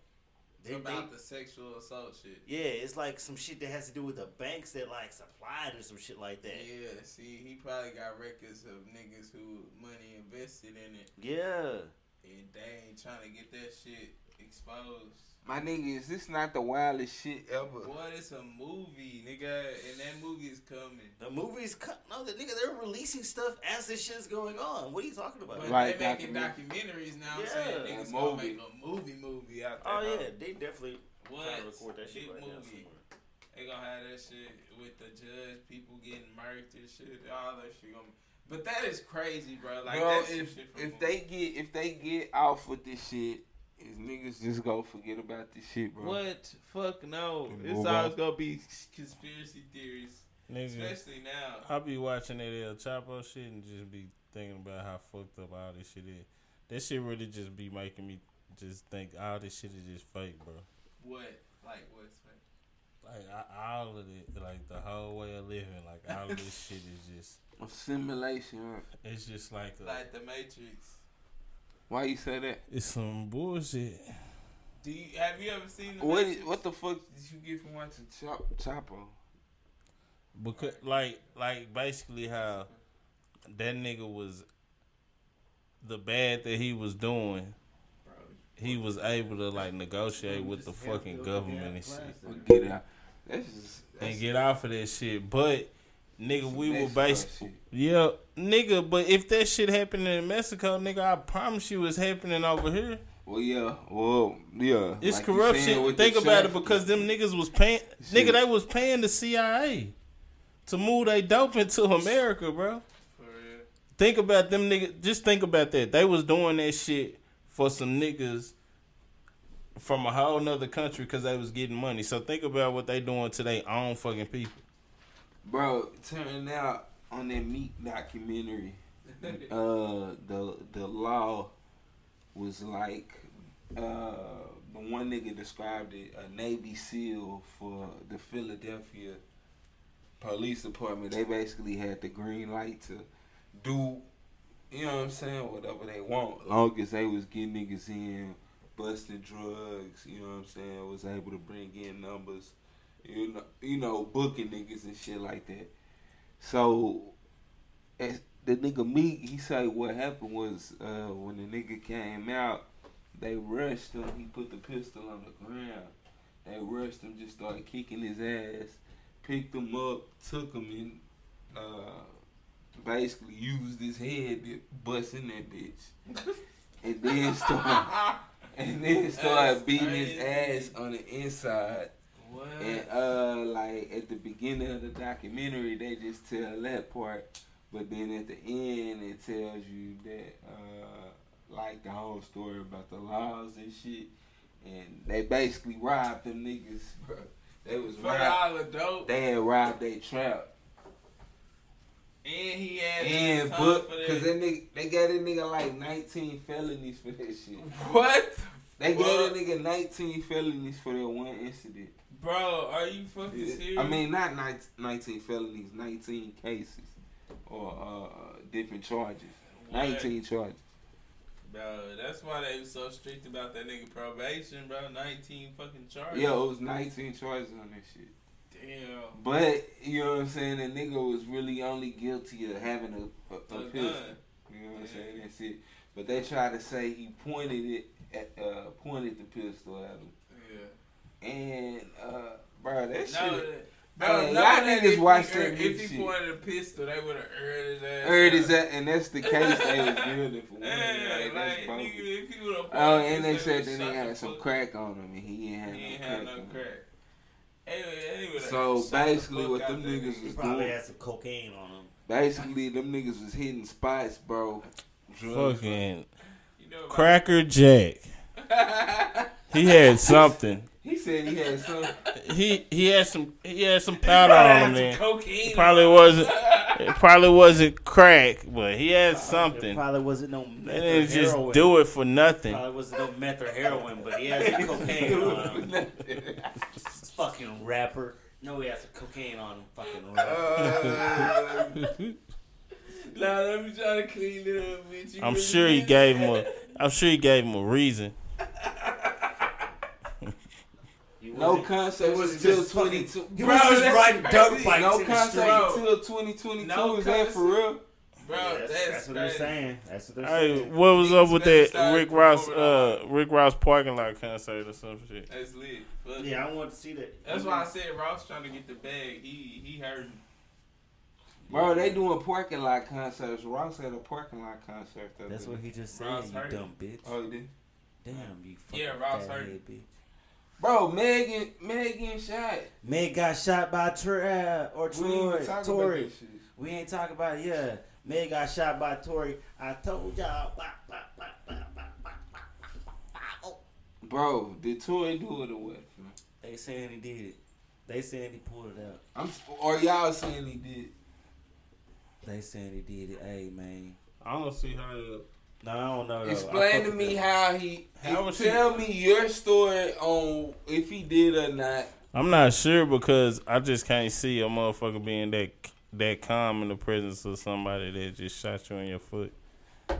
S3: they,
S2: about
S3: they-
S2: the sexual assault shit.
S3: yeah, it's like some shit that has to do with the banks that like supplied or some shit like that.
S2: Yeah, see, he probably got records of niggas who money invested in it,
S3: Yeah,
S2: and they ain't trying to get that shit exposed.
S1: my nigga, is this not the wildest shit ever?
S2: Boy, it's a movie, nigga, and that movie is coming.
S3: the movies cut. No, the nigga they're releasing stuff as this shit's going on. What are you talking about?
S2: But
S1: Like
S2: they making
S1: document-
S2: documentaries now. I'm
S3: Yeah.
S2: saying
S1: A
S2: niggas gonna
S1: movie.
S2: make a movie movie out there.
S3: oh
S2: bro.
S3: yeah, they definitely trying
S2: What?
S3: to record that shit
S2: Big
S3: right now
S2: movie.
S3: somewhere.
S2: They gonna have that shit with the judge, people getting murked and shit, all that shit. Gonna... But that is crazy, bro. Like,
S1: bro,
S2: that's some
S1: if
S2: shit from
S1: if
S2: a-
S1: they get if they get off with this shit, is niggas just gonna forget about this shit, bro?
S2: What? Fuck no.
S1: And
S2: It's
S1: move
S2: always
S1: on.
S2: gonna be conspiracy theories,
S4: Nigga,
S2: especially now.
S4: I be watching that El Chapo shit and just be thinking about how fucked up all this shit is. That shit really just be making me just think all this shit is just fake, bro.
S2: What? Like what's like?
S4: Like I, all of it, like the whole way of living, like all of this shit is just,
S1: A simulation. Right?
S4: it's just like, a,
S2: Like the Matrix.
S1: Why you say that?
S4: it's some bullshit.
S2: Do you have you ever seen the
S1: What
S2: Matrix?
S1: what the fuck did you get from watching Chop Chapo?
S4: Because like like basically how that nigga was the bad that he was doing, he was able to like negotiate with the fucking government and shit
S1: Get out. That's just that's
S4: and get off of that shit. But nigga,
S1: some
S4: we were
S1: Mexico
S4: basically
S1: shit.
S4: yeah, nigga. But if that shit happened in Mexico, nigga, I promise you, it's happening over here.
S1: Well, yeah, well, yeah. Like
S4: It's
S1: you saying
S4: corruption.
S1: with
S4: Think
S1: the
S4: about it
S1: trafficking.
S4: because them niggas was paying. Nigga,
S1: Shit.
S4: they was paying the CIA to move they dope into America, bro.
S2: For real.
S4: Think about them niggas. Just think about that. They was doing that shit for some niggas from a whole nother country because they was getting money. So think about what they doing to their own fucking people.
S1: bro, turning out on that meat documentary, uh, the the law was like uh the one nigga described it a Navy SEAL for the Philadelphia Police Department. They basically had the green light to do, you know what I'm saying, whatever they want, long as they was getting niggas in, busting drugs, you know what I'm saying, was able to bring in numbers, you know, you know, booking niggas and shit like that. So, as the nigga Meek, he say what happened was uh, when the nigga came out, they rushed him. He put the pistol on the ground. They rushed him, just started kicking his ass, picked him up, took him and uh, basically used his head to bust in that bitch, and then started and then started beating his ass on the inside.
S2: What?
S1: And uh, like at the beginning of the documentary, they just tell that part, but then at the end, it tells you that uh, like the whole story about the laws and shit, and they basically robbed them niggas, bro. They was
S2: For
S1: robbed.
S2: all the dope.
S1: They had robbed they trap.
S2: and he had
S1: And
S2: time
S1: book,
S2: for
S1: cause
S2: that.
S1: that nigga, they got that nigga like 19 felonies for that shit.
S2: What?
S1: They
S2: What?
S1: gave that nigga 19 felonies for that one incident.
S2: Bro, are you fucking serious?
S1: I mean, not 19, 19 felonies, 19 cases or uh, different charges.
S2: What?
S1: 19 charges.
S2: Bro, that's why they was so strict about that nigga probation, bro. 19 fucking charges.
S1: Yeah, it was 19 charges on that shit.
S2: Damn.
S1: But you know what I'm saying? The nigga was really only guilty of having a, a, a
S2: A
S1: pistol.
S2: gun.
S1: You know what I'm
S2: Yeah.
S1: saying? That's it. But they tried to say he pointed it, at, uh, pointed the pistol at him.
S2: Yeah.
S1: And uh bro, that
S2: No,
S1: shit
S2: that- bro, no,
S1: Hey, y'all
S2: that
S1: niggas
S2: if he
S1: watch
S2: ear-
S1: that
S2: If
S1: nigga
S2: he
S1: shit.
S2: pointed a pistol, they would have earned his ass.
S1: Earth
S2: out.
S1: is that and that's the case they was building for one.
S2: Yeah,
S1: Like,
S2: like,
S1: that's
S2: nigga,
S1: bogus.
S2: if he would have
S1: Oh, and they said that nigga had some crack on him and he ain't
S2: He
S1: had
S2: ain't
S1: no
S2: had
S1: crack.
S2: no
S1: on him.
S2: crack. Anyway, anyway,
S1: So
S2: shot the
S1: basically,
S2: fuck
S1: what
S2: out
S1: them
S2: that
S1: niggas
S6: He
S1: was
S6: probably
S1: doing,
S6: had some cocaine on him.
S1: basically them niggas was hitting spots, bro. Drugs.
S4: Fucking
S2: You know about-
S4: Cracker Jack. He had something.
S1: He said he had some.
S4: He he had some he had some
S2: Probably
S4: powder
S2: had
S4: on
S2: some
S4: him. Then.
S2: Cocaine.
S4: Probably wasn't it probably wasn't crack, but he had something.
S6: It probably wasn't no
S4: They
S6: meth or
S4: didn't just
S6: heroin.
S4: do it for nothing.
S6: Probably wasn't no meth or heroin, but he had some cocaine on him. Fucking rapper. No, he had some cocaine on him. Fucking rapper.
S4: Uh,
S2: Nah, let me try to clean it up with you.
S4: I'm sure he gave him a I'm sure he gave him a reason.
S6: You
S1: No
S6: wasn't-
S1: concept
S6: was
S1: until
S6: just fucking-
S1: 22.
S6: You
S2: Bro,
S6: was just
S2: that's
S6: riding dirt
S2: crazy.
S6: bikes
S1: No
S6: in the
S1: concept
S6: street.
S1: until 2022.
S2: No
S1: is that for real?
S2: Bro,
S6: Yeah,
S2: that's,
S6: that's, that's what
S2: crazy.
S6: they're saying. That's what they're
S4: Hey,
S6: saying.
S4: what was up with that
S2: Niggas
S4: Rick
S2: better
S4: Ross
S2: start going
S4: uh Rick Ross parking lot concert or some shit?
S2: That's lit. Fuck
S6: Yeah, I want to see that.
S2: That's why I said Ross trying to get the bag. He he hurting.
S1: Bro, they doing parking lot concerts. Ross had a parking lot concert. the other
S6: That's
S1: day.
S6: what he just said.
S2: Ross
S6: you
S2: Hurd.
S6: dumb bitch.
S1: Oh, he did.
S6: Damn, you fucking
S2: Yeah,
S6: yeah,
S2: Ross
S6: fat
S2: Hurd.
S6: head bitch.
S1: Bro, Megan, Megan shot.
S6: Meg got shot by Tra- uh, or
S1: We ain't even
S6: Troy.
S1: talking about
S6: Tory.
S1: this shit.
S6: We ain't talking about it. Yeah, Meg got shot by Tory. I told y'all. Bah, bah, bah, bah, bah, bah, bah.
S1: Bro, did Tory do it or what? fam?
S6: They saying he did it. They saying he pulled it out.
S1: I'm or y'all saying he did.
S6: They saying he did it. Hey man.
S4: I don't see how it
S6: No, I don't know. though. I
S1: Explain
S6: fuck
S1: to
S6: with
S1: me
S6: that.
S1: how he.
S4: How was
S1: tell me your story on if he did or not.
S4: I'm not sure because I just can't see a motherfucker being that that calm in the presence of somebody that just shot you in your foot.
S6: But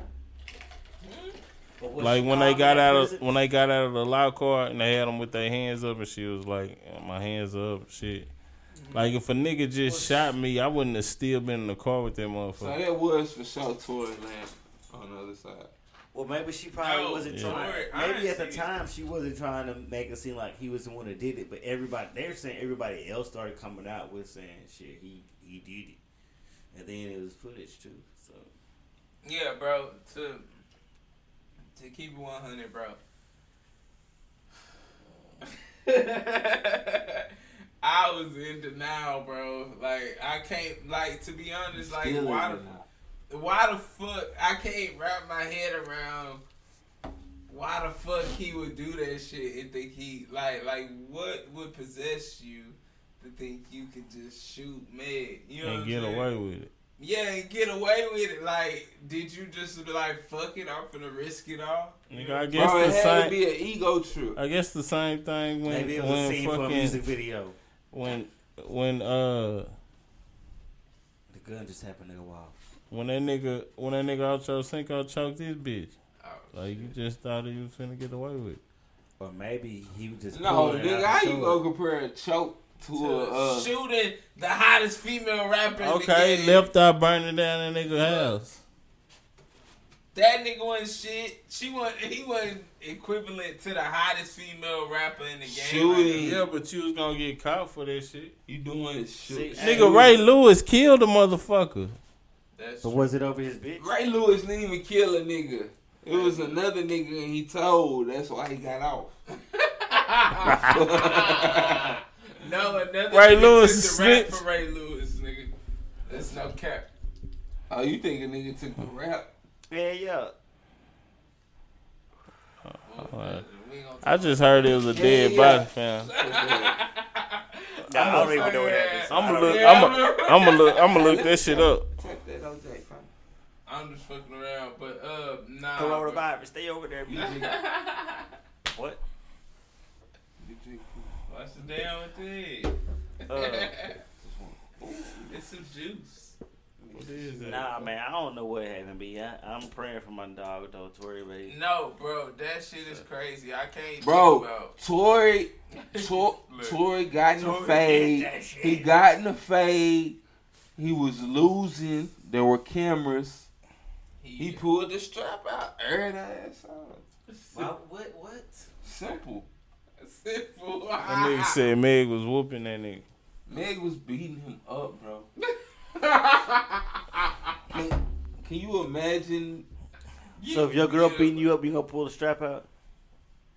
S6: was
S4: Like
S6: she
S4: when they
S6: calm
S4: got
S6: in
S4: out
S6: that
S4: of
S6: prison?
S4: when they got out of the lock car and they had them with their hands up and she was like, "My hands up, shit." Like if a nigga just shot me, I wouldn't have still been in the car with that
S1: So
S4: motherfucker.
S1: that was for sure Tory Land on the other side.
S6: Well, maybe she probably
S2: No,
S6: wasn't
S4: Yeah.
S6: trying.
S2: Tory,
S6: Maybe at the
S2: honestly-
S6: time she wasn't trying to make it seem like he was the one that did it, but everybody they're saying everybody else started coming out with saying shit he he did it, and then it was footage too. So
S2: Yeah, bro. To to keep it one hundred, bro. I was in denial, bro. Like I can't. Like to be honest, like
S1: Still
S2: why the
S1: is it not.
S2: why the fuck I can't wrap my head around why the fuck he would do that shit and think he like like what would possess you to think you could just shoot Meg? You know what
S4: and
S2: I'm
S4: get
S2: saying?
S4: away with it.
S2: Yeah, and get away with it. Like, did you just be like, fuck it, I'm finna risk it all?
S4: Nigga, I guess
S1: Bro,
S4: the
S1: it had to
S4: same.
S1: be an ego trip.
S4: I guess the same thing when
S6: maybe it was a
S4: when
S6: scene from a music
S4: fucking
S6: video.
S4: when when uh
S6: The gun just happened in a while.
S4: when that nigga when that nigga out your sink, I choked this bitch.
S2: Oh,
S4: Like you just thought you was finna get away with. it.
S6: Or maybe he was just
S1: No,
S6: pulling it
S1: nigga,
S6: out
S1: how
S6: the
S1: you
S6: store.
S1: gonna compare a choke to a uh,
S2: shooting the hottest female rapper.
S4: Okay,
S2: in the game.
S4: left eye burning down that nigga house.
S2: That nigga wasn't shit. She wasn't. He wasn't equivalent to the hottest female rapper in the game.
S1: Shooting.
S4: Yeah, but you was gonna get caught for that shit.
S1: you doing shit?
S4: Nigga Ray Lewis killed a motherfucker.
S2: That's
S6: But was it over his bitch?
S1: Ray Lewis didn't even kill a nigga. It was another nigga and he told. That's why he got off.
S2: no another.
S4: Ray
S2: nigga
S4: Lewis
S2: took the rap
S4: snitched.
S2: for Ray Lewis, nigga. That's no cap.
S1: Oh, you think a nigga took the rap?
S6: Yeah, yeah.
S4: Alright.
S2: We ain't gonna
S4: Uh. I just heard it was a dead
S1: yeah.
S4: body found.
S3: I don't even know what that is.
S4: I'm gonna look. I'm gonna. I'm gonna look. I'm gonna look that shit up.
S2: Check that OJ from. I'm just fucking around, but uh, nah. bro.
S7: Coronavirus. Stay over there. BG.
S3: What?
S2: What's the damn thing?
S3: Uh,
S2: it's some juice.
S3: nah, man, I don't know what happened, B. I, I'm praying for my dog, though, Tori, baby.
S2: No, bro, that shit is crazy. I can't.
S1: Bro,
S2: think about-
S1: Tory, Tor, Tory got in the fade. He got in the fade. He was losing. There were cameras. He pulled the strap out. Aired ass out.
S3: what? What?
S1: Simple.
S2: Simple.
S4: That nigga said Meg was whooping that nigga.
S1: Meg was beating him up, bro. Can, can you imagine?
S3: So if your girl beating you up, you gonna pull the strap out?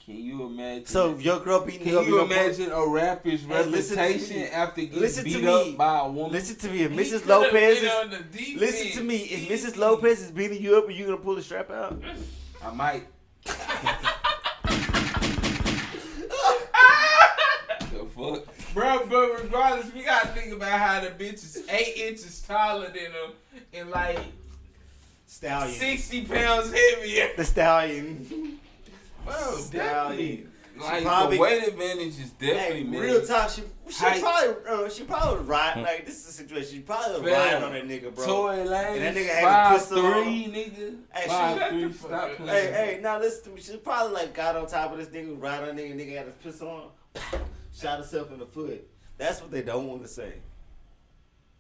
S1: Can you imagine?
S3: So if your girl beating you
S1: can
S3: up,
S1: you
S3: you gonna pull-
S1: imagine a rapper's
S3: Hey, listen to
S1: reputation
S3: me.
S1: after getting
S3: Listen to
S1: beat
S3: me.
S1: up by a woman?
S3: Listen to me, if
S2: He
S3: Mrs.
S2: could've
S3: Lopez
S2: been
S3: is
S2: on the defense.
S3: listen to me, if Mrs. Lopez is beating you up, are you gonna pull the strap out?
S1: I might. the fuck?
S2: Bro, but regardless, we gotta think about how the bitch is eight inches taller than him and like
S3: Stallion.
S2: sixty pounds heavier.
S3: The stallion.
S2: Bro,
S3: Stallion.
S1: Like
S3: probably-
S1: the weight advantage is definitely
S3: Hey,
S1: man.
S3: real talk, she she
S1: Height.
S3: probably uh, she probably would ride like this is a situation. She probably would
S1: Fam.
S3: ride on that nigga, bro.
S1: Toy Lane,
S3: And that nigga had a
S1: five
S3: pistol on.
S1: three, nigga.
S3: Hey, she-
S1: five
S2: Shut
S1: three.
S2: the fuck
S1: Stop
S2: up.
S1: playing.
S3: Hey, hey, now listen to me. She probably like got on top of this nigga, ride on nigga, nigga had his pistol on, shot herself in the foot. That's what they don't want to say.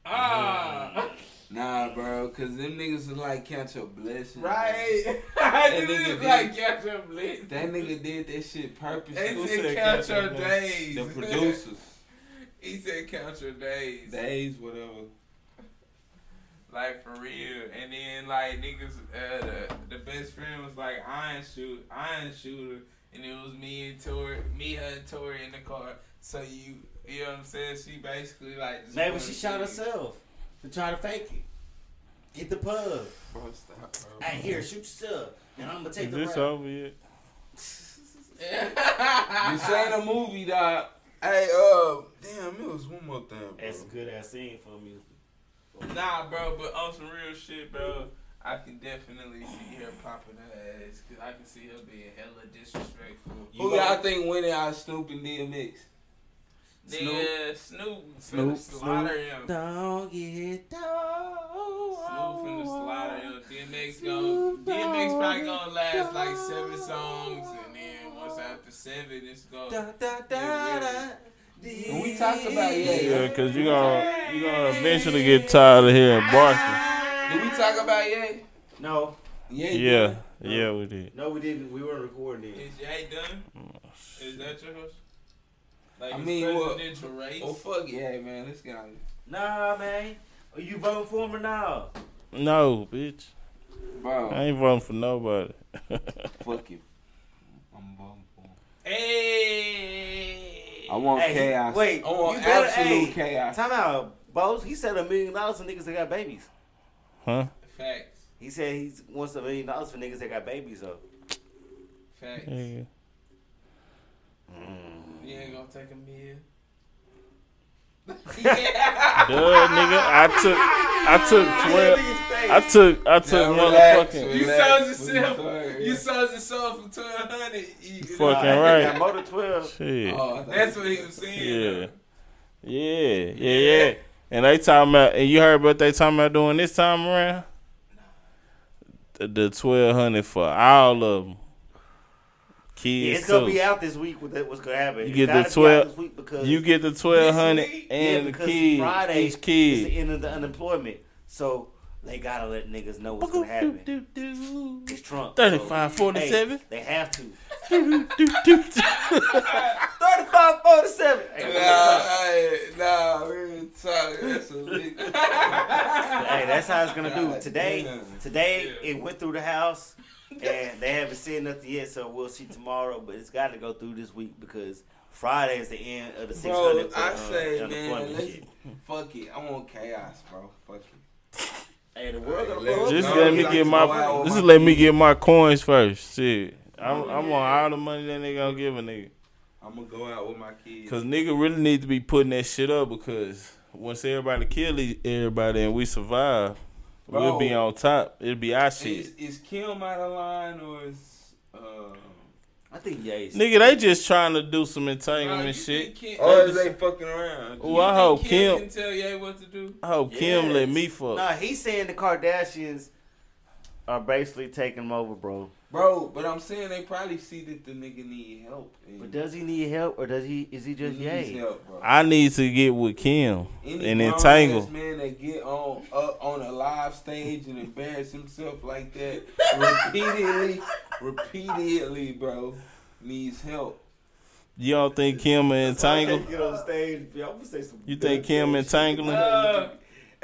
S2: Ah,
S1: Mm-hmm. Nah, bro, cause them niggas is like count your blessings. bro.
S2: right. this
S1: nigga
S2: is
S1: did.
S2: like catch your blitz.
S1: That nigga did that shit
S2: They
S1: purposely.
S2: said count
S4: said count
S2: your
S4: your blessings?
S2: days.
S1: The producers,
S2: He said count your days.
S1: days, whatever.
S2: Like for real. And then like niggas uh the, the best friend was like iron shoot iron shooter and it was me and Tori me her and Tori in the car. So you you know what I'm saying? She basically like just
S3: Maybe
S2: wanted
S3: she
S2: to-
S3: shot herself to try to fake it. Get the pub.
S1: Bro, stop, bro.
S3: Hey, here, shoot yourself, and I'm gonna take
S4: Is
S3: the
S4: this
S3: rap.
S4: over yet?
S1: This ain't a movie, dog. Hey, uh, damn, it was one more thing. Bro.
S3: That's a good ass scene for me.
S2: Nah bro, but on some real shit, bro, I can definitely see her popping her ass because I can see her being hella disrespectful.
S1: Who y'all think winning out Snoop and DMX?
S2: Nigga, Snoop, Snoop, Snoop,
S3: Snoop,
S2: slaughter him.
S3: Doggy
S2: Snoop in the slaughter.
S3: dog.
S2: yo. DMX going DMX probably gonna last like seven songs, and then once after seven, it's
S3: Da,
S2: gonna.
S3: da, da, da.
S1: And we talked about yeah.
S4: Yeah, cause you gonna you gonna eventually get tired of hearing barking.
S1: Did we talk about yeah?
S3: No,
S1: Yeah.
S4: Yeah, yeah, we did.
S3: no, we didn't. We weren't recording it.
S2: Is Jay done? Is that your host? Like
S1: Oh, I
S2: his
S1: mean, what-
S2: presidential race.
S1: Oh fuck yeah, man. Let's get out of here.
S3: Nah, man. Are you voting for him or no?
S4: No, bitch, I
S1: Bro,
S4: ain't voting for nobody.
S1: fuck you. I'm bummed.
S2: Hey.
S1: I want
S3: Hey,
S1: chaos.
S3: wait,
S1: I want
S3: you better-
S1: absolute
S3: hey.
S1: chaos.
S3: Time out, Bose. He said a million dollars for niggas that got babies.
S4: Huh?
S2: Facts.
S3: He said he wants a million dollars for niggas that got babies, though.
S2: Facts.
S4: Yeah.
S2: You ain't gonna take a meal. yeah.
S4: Duh, nigga, I took I took twelve. I took I took
S1: Now relax,
S4: motherfucking.
S2: You sold
S1: relax.
S2: yourself.
S1: Sorry.
S2: You sold yourself for twelve hundred.
S4: Fucking
S3: That nigga got
S4: right.
S3: More than twelve.
S4: Shit.
S1: Oh, I thought
S2: That's
S1: you-
S2: what he was saying.
S4: Yeah. Yeah, yeah, yeah. And they talking about, and you heard what they talking about doing this time around? The, the twelve hundred for all of them,
S3: Yeah,
S4: kids
S3: it's gonna
S4: too.
S3: be out this week. With that, what's gonna happen?
S4: You get
S3: It's gotta be
S4: the 12
S3: out this week because
S4: You get the twelve hundred
S2: week?
S4: and
S3: yeah,
S4: the
S3: because
S4: kids,
S3: Friday
S4: each
S3: is the
S4: kid.
S3: end of the unemployment, so they gotta let niggas know what's gonna happen. It's Trump. so-
S4: 35, 47.
S3: Hey, they have to.
S4: Do-do-do-do-do.
S3: Thirty-five, forty-seven. Hey,
S1: Nah, hey, nah, we talking. That's a lick.
S3: Hey, that's how it's gonna do.
S1: God
S3: Today,
S1: damn.
S3: today
S2: Yeah.
S3: it went through the house, and they haven't said nothing yet. So we'll see tomorrow, but it's got to go through this week because Friday is the end of the six
S1: Bro,
S3: hundred. uh,
S1: I say, man,
S3: unemployment
S1: let's,
S3: shit.
S1: fuck it. I want chaos, bro. Fuck it.
S3: Hey, the world gonna
S1: let's
S3: blow up.
S4: Just
S1: No,
S4: let me
S1: I
S4: get
S1: just go
S4: my.
S1: out
S4: Just
S1: with
S4: let me get my coins first. Shit, I'm, I'm on all the money that they gonna give a
S1: I'm
S4: nigga.
S1: I'm gonna go out with my kids.
S4: Cause nigga really need to be putting that shit up because once everybody kill each- everybody and we survive, we'll
S1: Bro.
S4: be on top. It'll be our
S1: Is,
S4: shit. Oh,
S1: is Kim out of line or is uh?
S3: I think Ye is
S4: Nigga, they just trying to do some
S2: Nah,
S4: entanglement
S2: you
S4: shit.
S2: think Kim-
S3: Oh,
S1: Or is they fucking around?
S4: Oh, I hope
S2: Kim
S4: Kim.
S2: can tell Ye what to do.
S4: I hope Oh, Kim let me fuck.
S3: Nah, he's saying the Kardashians are basically taking him over, bro.
S1: Bro, but I'm saying they probably see that the nigga need help. and
S3: But does he need help or does he is he
S1: he
S3: just
S1: needs
S3: Ye?
S1: help, bro.
S4: I need to get with Kim
S1: Any
S4: and
S1: grown
S4: entangle.
S1: ass man that get on up on a live stage and embarrass himself like that repeatedly, repeatedly, bro, needs help.
S4: You don't think Kim will entangle?
S8: Get on stage. I'm gonna say some.
S4: You think Kim entangling?
S2: Uh,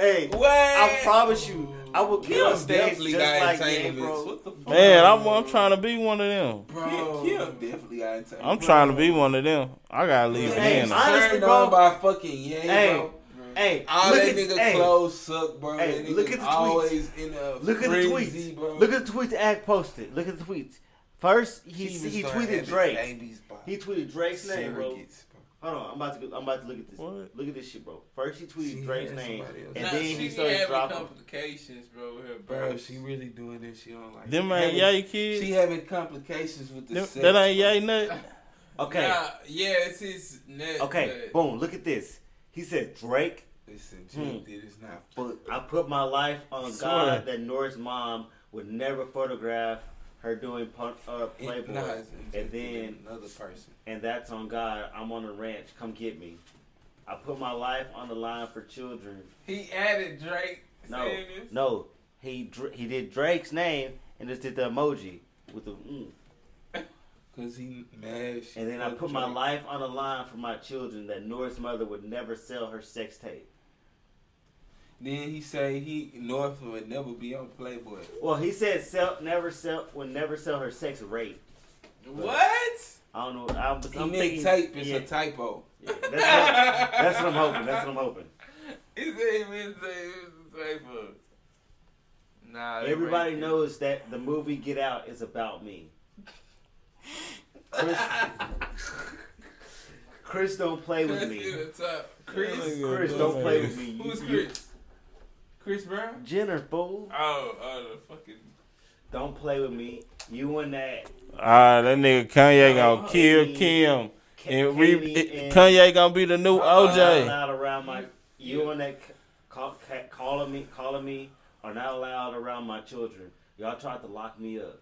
S8: Hey,
S2: what?
S8: I promise you, I will get on stage
S2: definitely
S8: just
S2: got
S8: like Ye,
S2: entanglements.
S8: bro.
S1: What the fuck,
S4: Man, I'm I'm trying to be one of them.
S1: bro? Kim definitely got entangled.
S4: I'm trying to be one of them. I gotta leave it
S3: Hey,
S4: in.
S3: I- Honestly,
S1: turned
S3: bro.
S1: on by fucking yeah,
S3: Hey,
S1: bro.
S3: Hey,
S1: All
S3: look
S1: that
S3: at
S1: nigga
S3: hey,
S1: clothes suck, bro.
S3: Hey,
S1: that
S3: look
S1: nigga's
S3: at the tweets.
S1: always in a
S3: Look at the
S1: frenzy,
S3: tweets.
S1: bro.
S3: Look at the tweets Act posted. Look at the tweets. First, he he, tweeted Drake. He tweeted Drake's name, bro. Hold on, I'm about to go, I'm about to look at this.
S4: What?
S3: Look at this shit, bro. First he tweeted
S1: See,
S3: Drake's
S1: yeah,
S3: name,
S1: somebody else.
S3: and
S2: Nah,
S3: then
S2: she
S3: he
S2: be
S3: started
S2: having
S3: dropping.
S2: complications, bro, with her
S1: Bro,
S2: birth.
S1: she really doing this. She don't like
S4: Them
S1: it.
S4: ain't
S1: Having-
S4: yay kids.
S1: She having complications with the
S4: Them-
S1: sex.
S4: that ain't yay nut.
S3: Okay,
S2: Nah, yeah, it's his net.
S3: okay,
S2: but-
S3: boom. Look at this. He said Drake,
S1: Listen,
S3: Hmm.
S1: Jake, it's not.
S3: but I put my life on
S4: Swear.
S3: God that Nora's mom would never photograph her doing pun- uh, Playboy,
S1: Nah, it's- it's
S3: and
S1: with
S3: then
S1: another person.
S3: and that's on God. I'm on a ranch. Come get me. I put my life on the line for children.
S2: he added Drake.
S3: No,
S2: saying this.
S3: no. He dr- he did Drake's name and just did the emoji with the. Mm.
S1: Cause he mad. she
S3: And then I
S1: fuck
S3: put my
S1: Drake.
S3: life on the line for my children that Nora's mother would never sell her sex tape.
S1: Then he say he North would never be on Playboy.
S3: Well, he said sell never sell would never sell her sex rape.
S2: What?
S3: I don't know. I'm,
S1: He
S3: I'm
S1: meant
S3: thinking
S1: tape is
S3: yeah,
S1: a typo.
S3: yeah, that's, what, that's what I'm hoping. That's what I'm hoping.
S2: His name is Taper. Nah, they
S3: Everybody
S2: raped
S3: knows that the movie Get Out is about me. Chris, Chris don't play
S2: him.
S3: with
S2: Chris
S3: me.
S2: to the top.
S4: Chris.
S2: Chris.
S3: Chris don't play with me.
S2: Who's
S3: You-
S2: Chris? Chris Brown?
S3: Jenner fool,
S2: Oh, oh, the fucking.
S3: don't play with me. You and that
S4: Ah, that nigga Kanye
S3: Oh,
S4: gonna kill
S3: he-
S4: Kim,
S3: Ka-
S4: and we
S3: Katie
S4: it-
S3: and-
S4: Kanye gonna be the new
S3: I'm
S4: OJ.
S3: not allowed around my you and that c- call, ca- calling me calling me are not allowed around my children. Y'all tried to lock me up.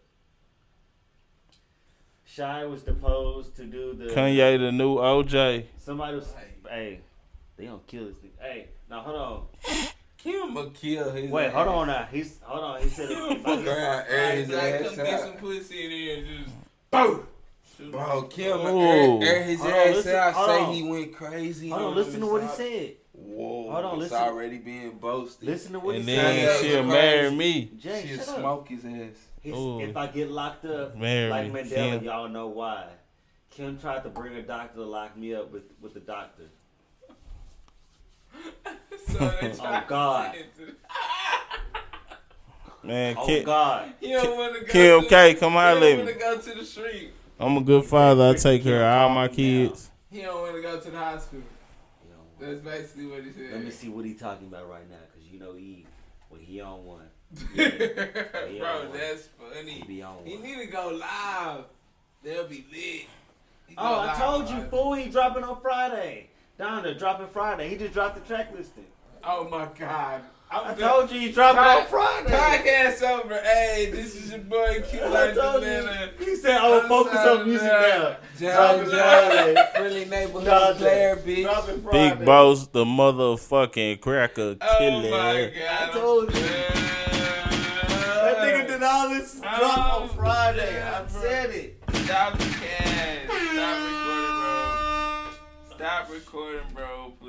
S3: Shy was deposed to do the
S4: Kanye the new OJ.
S3: somebody was hey they gonna kill this nigga. Hey now hold on
S1: Kim will kill his.
S3: wait
S1: ass.
S3: hold on now he's hold on he said if I
S1: Fuck
S3: get-
S1: around, air
S2: Like,
S1: his
S2: like,
S1: ass
S2: come get
S1: out.
S2: some pussy in here and just.
S1: Boom. Bro, Kim air,
S4: Ooh.
S1: air his
S3: Hold on,
S1: ass
S3: listen-
S1: out.
S3: hold
S1: Say
S3: on.
S1: he went crazy.
S3: hold on listen to what he said
S1: Whoa.
S3: Hold on,
S1: it's
S3: listen.
S1: already being boasted.
S3: listen to what
S4: And
S3: he said
S4: then she'll marry me.
S3: Jay
S1: She'll
S3: shut up.
S1: smoke his ass.
S3: He's,
S4: Ooh.
S3: if I get locked up,
S4: Mary,
S3: like Mandela,
S4: Kim.
S3: y'all know why. Kim tried to bring a doctor to lock me up with, with the doctor.
S2: So they tried to
S3: Oh, God.
S2: send it to-
S4: Man,
S3: Oh
S4: Kim,
S3: God!
S2: He don't want to go.
S4: Kim
S2: to,
S4: K, come
S2: he
S4: out
S2: don't
S4: let
S2: want to
S4: me.
S2: go to the street.
S4: I'm a good father. I take care of all my
S3: Kim,
S4: kids.
S2: He don't want to go to the hospital.
S3: You know,
S2: That's basically what he said.
S3: Let me see what he talking about right now, cause you know he when he on one, Yeah,
S2: Bro,
S3: boy.
S2: that's
S3: he
S2: funny.
S3: be on
S2: He
S3: one.
S2: need to go live. They'll be lit. He go
S3: Oh, I
S2: live,
S3: told you,
S2: live.
S3: fool! He dropping on Friday. Donna dropping Friday. He just dropped the track listing.
S2: Oh my god.
S3: I
S2: I'm
S3: told you he dropping on Friday.
S2: Podcast over. Hey, this is your boy Q
S3: I
S2: Life
S3: told
S2: Atlanta.
S3: you. He said, "Oh,
S2: I'm
S3: focus
S2: sorry,
S3: on music
S2: man.
S3: now."
S1: John
S3: Dropping
S1: John,
S3: Friday.
S1: friendly neighborhood
S3: John
S1: player,
S3: Jay.
S1: bitch.
S3: Dropping Friday.
S4: Big Boss, the motherfucking cracker
S2: Oh my
S4: killer.
S2: god.
S3: I told you. That nigga did all this drop
S2: Oh,
S3: on Friday.
S2: yeah,
S3: I
S2: bro.
S3: said it.
S2: Stop the cast. Stop recording, bro. Oh Stop recording, bro.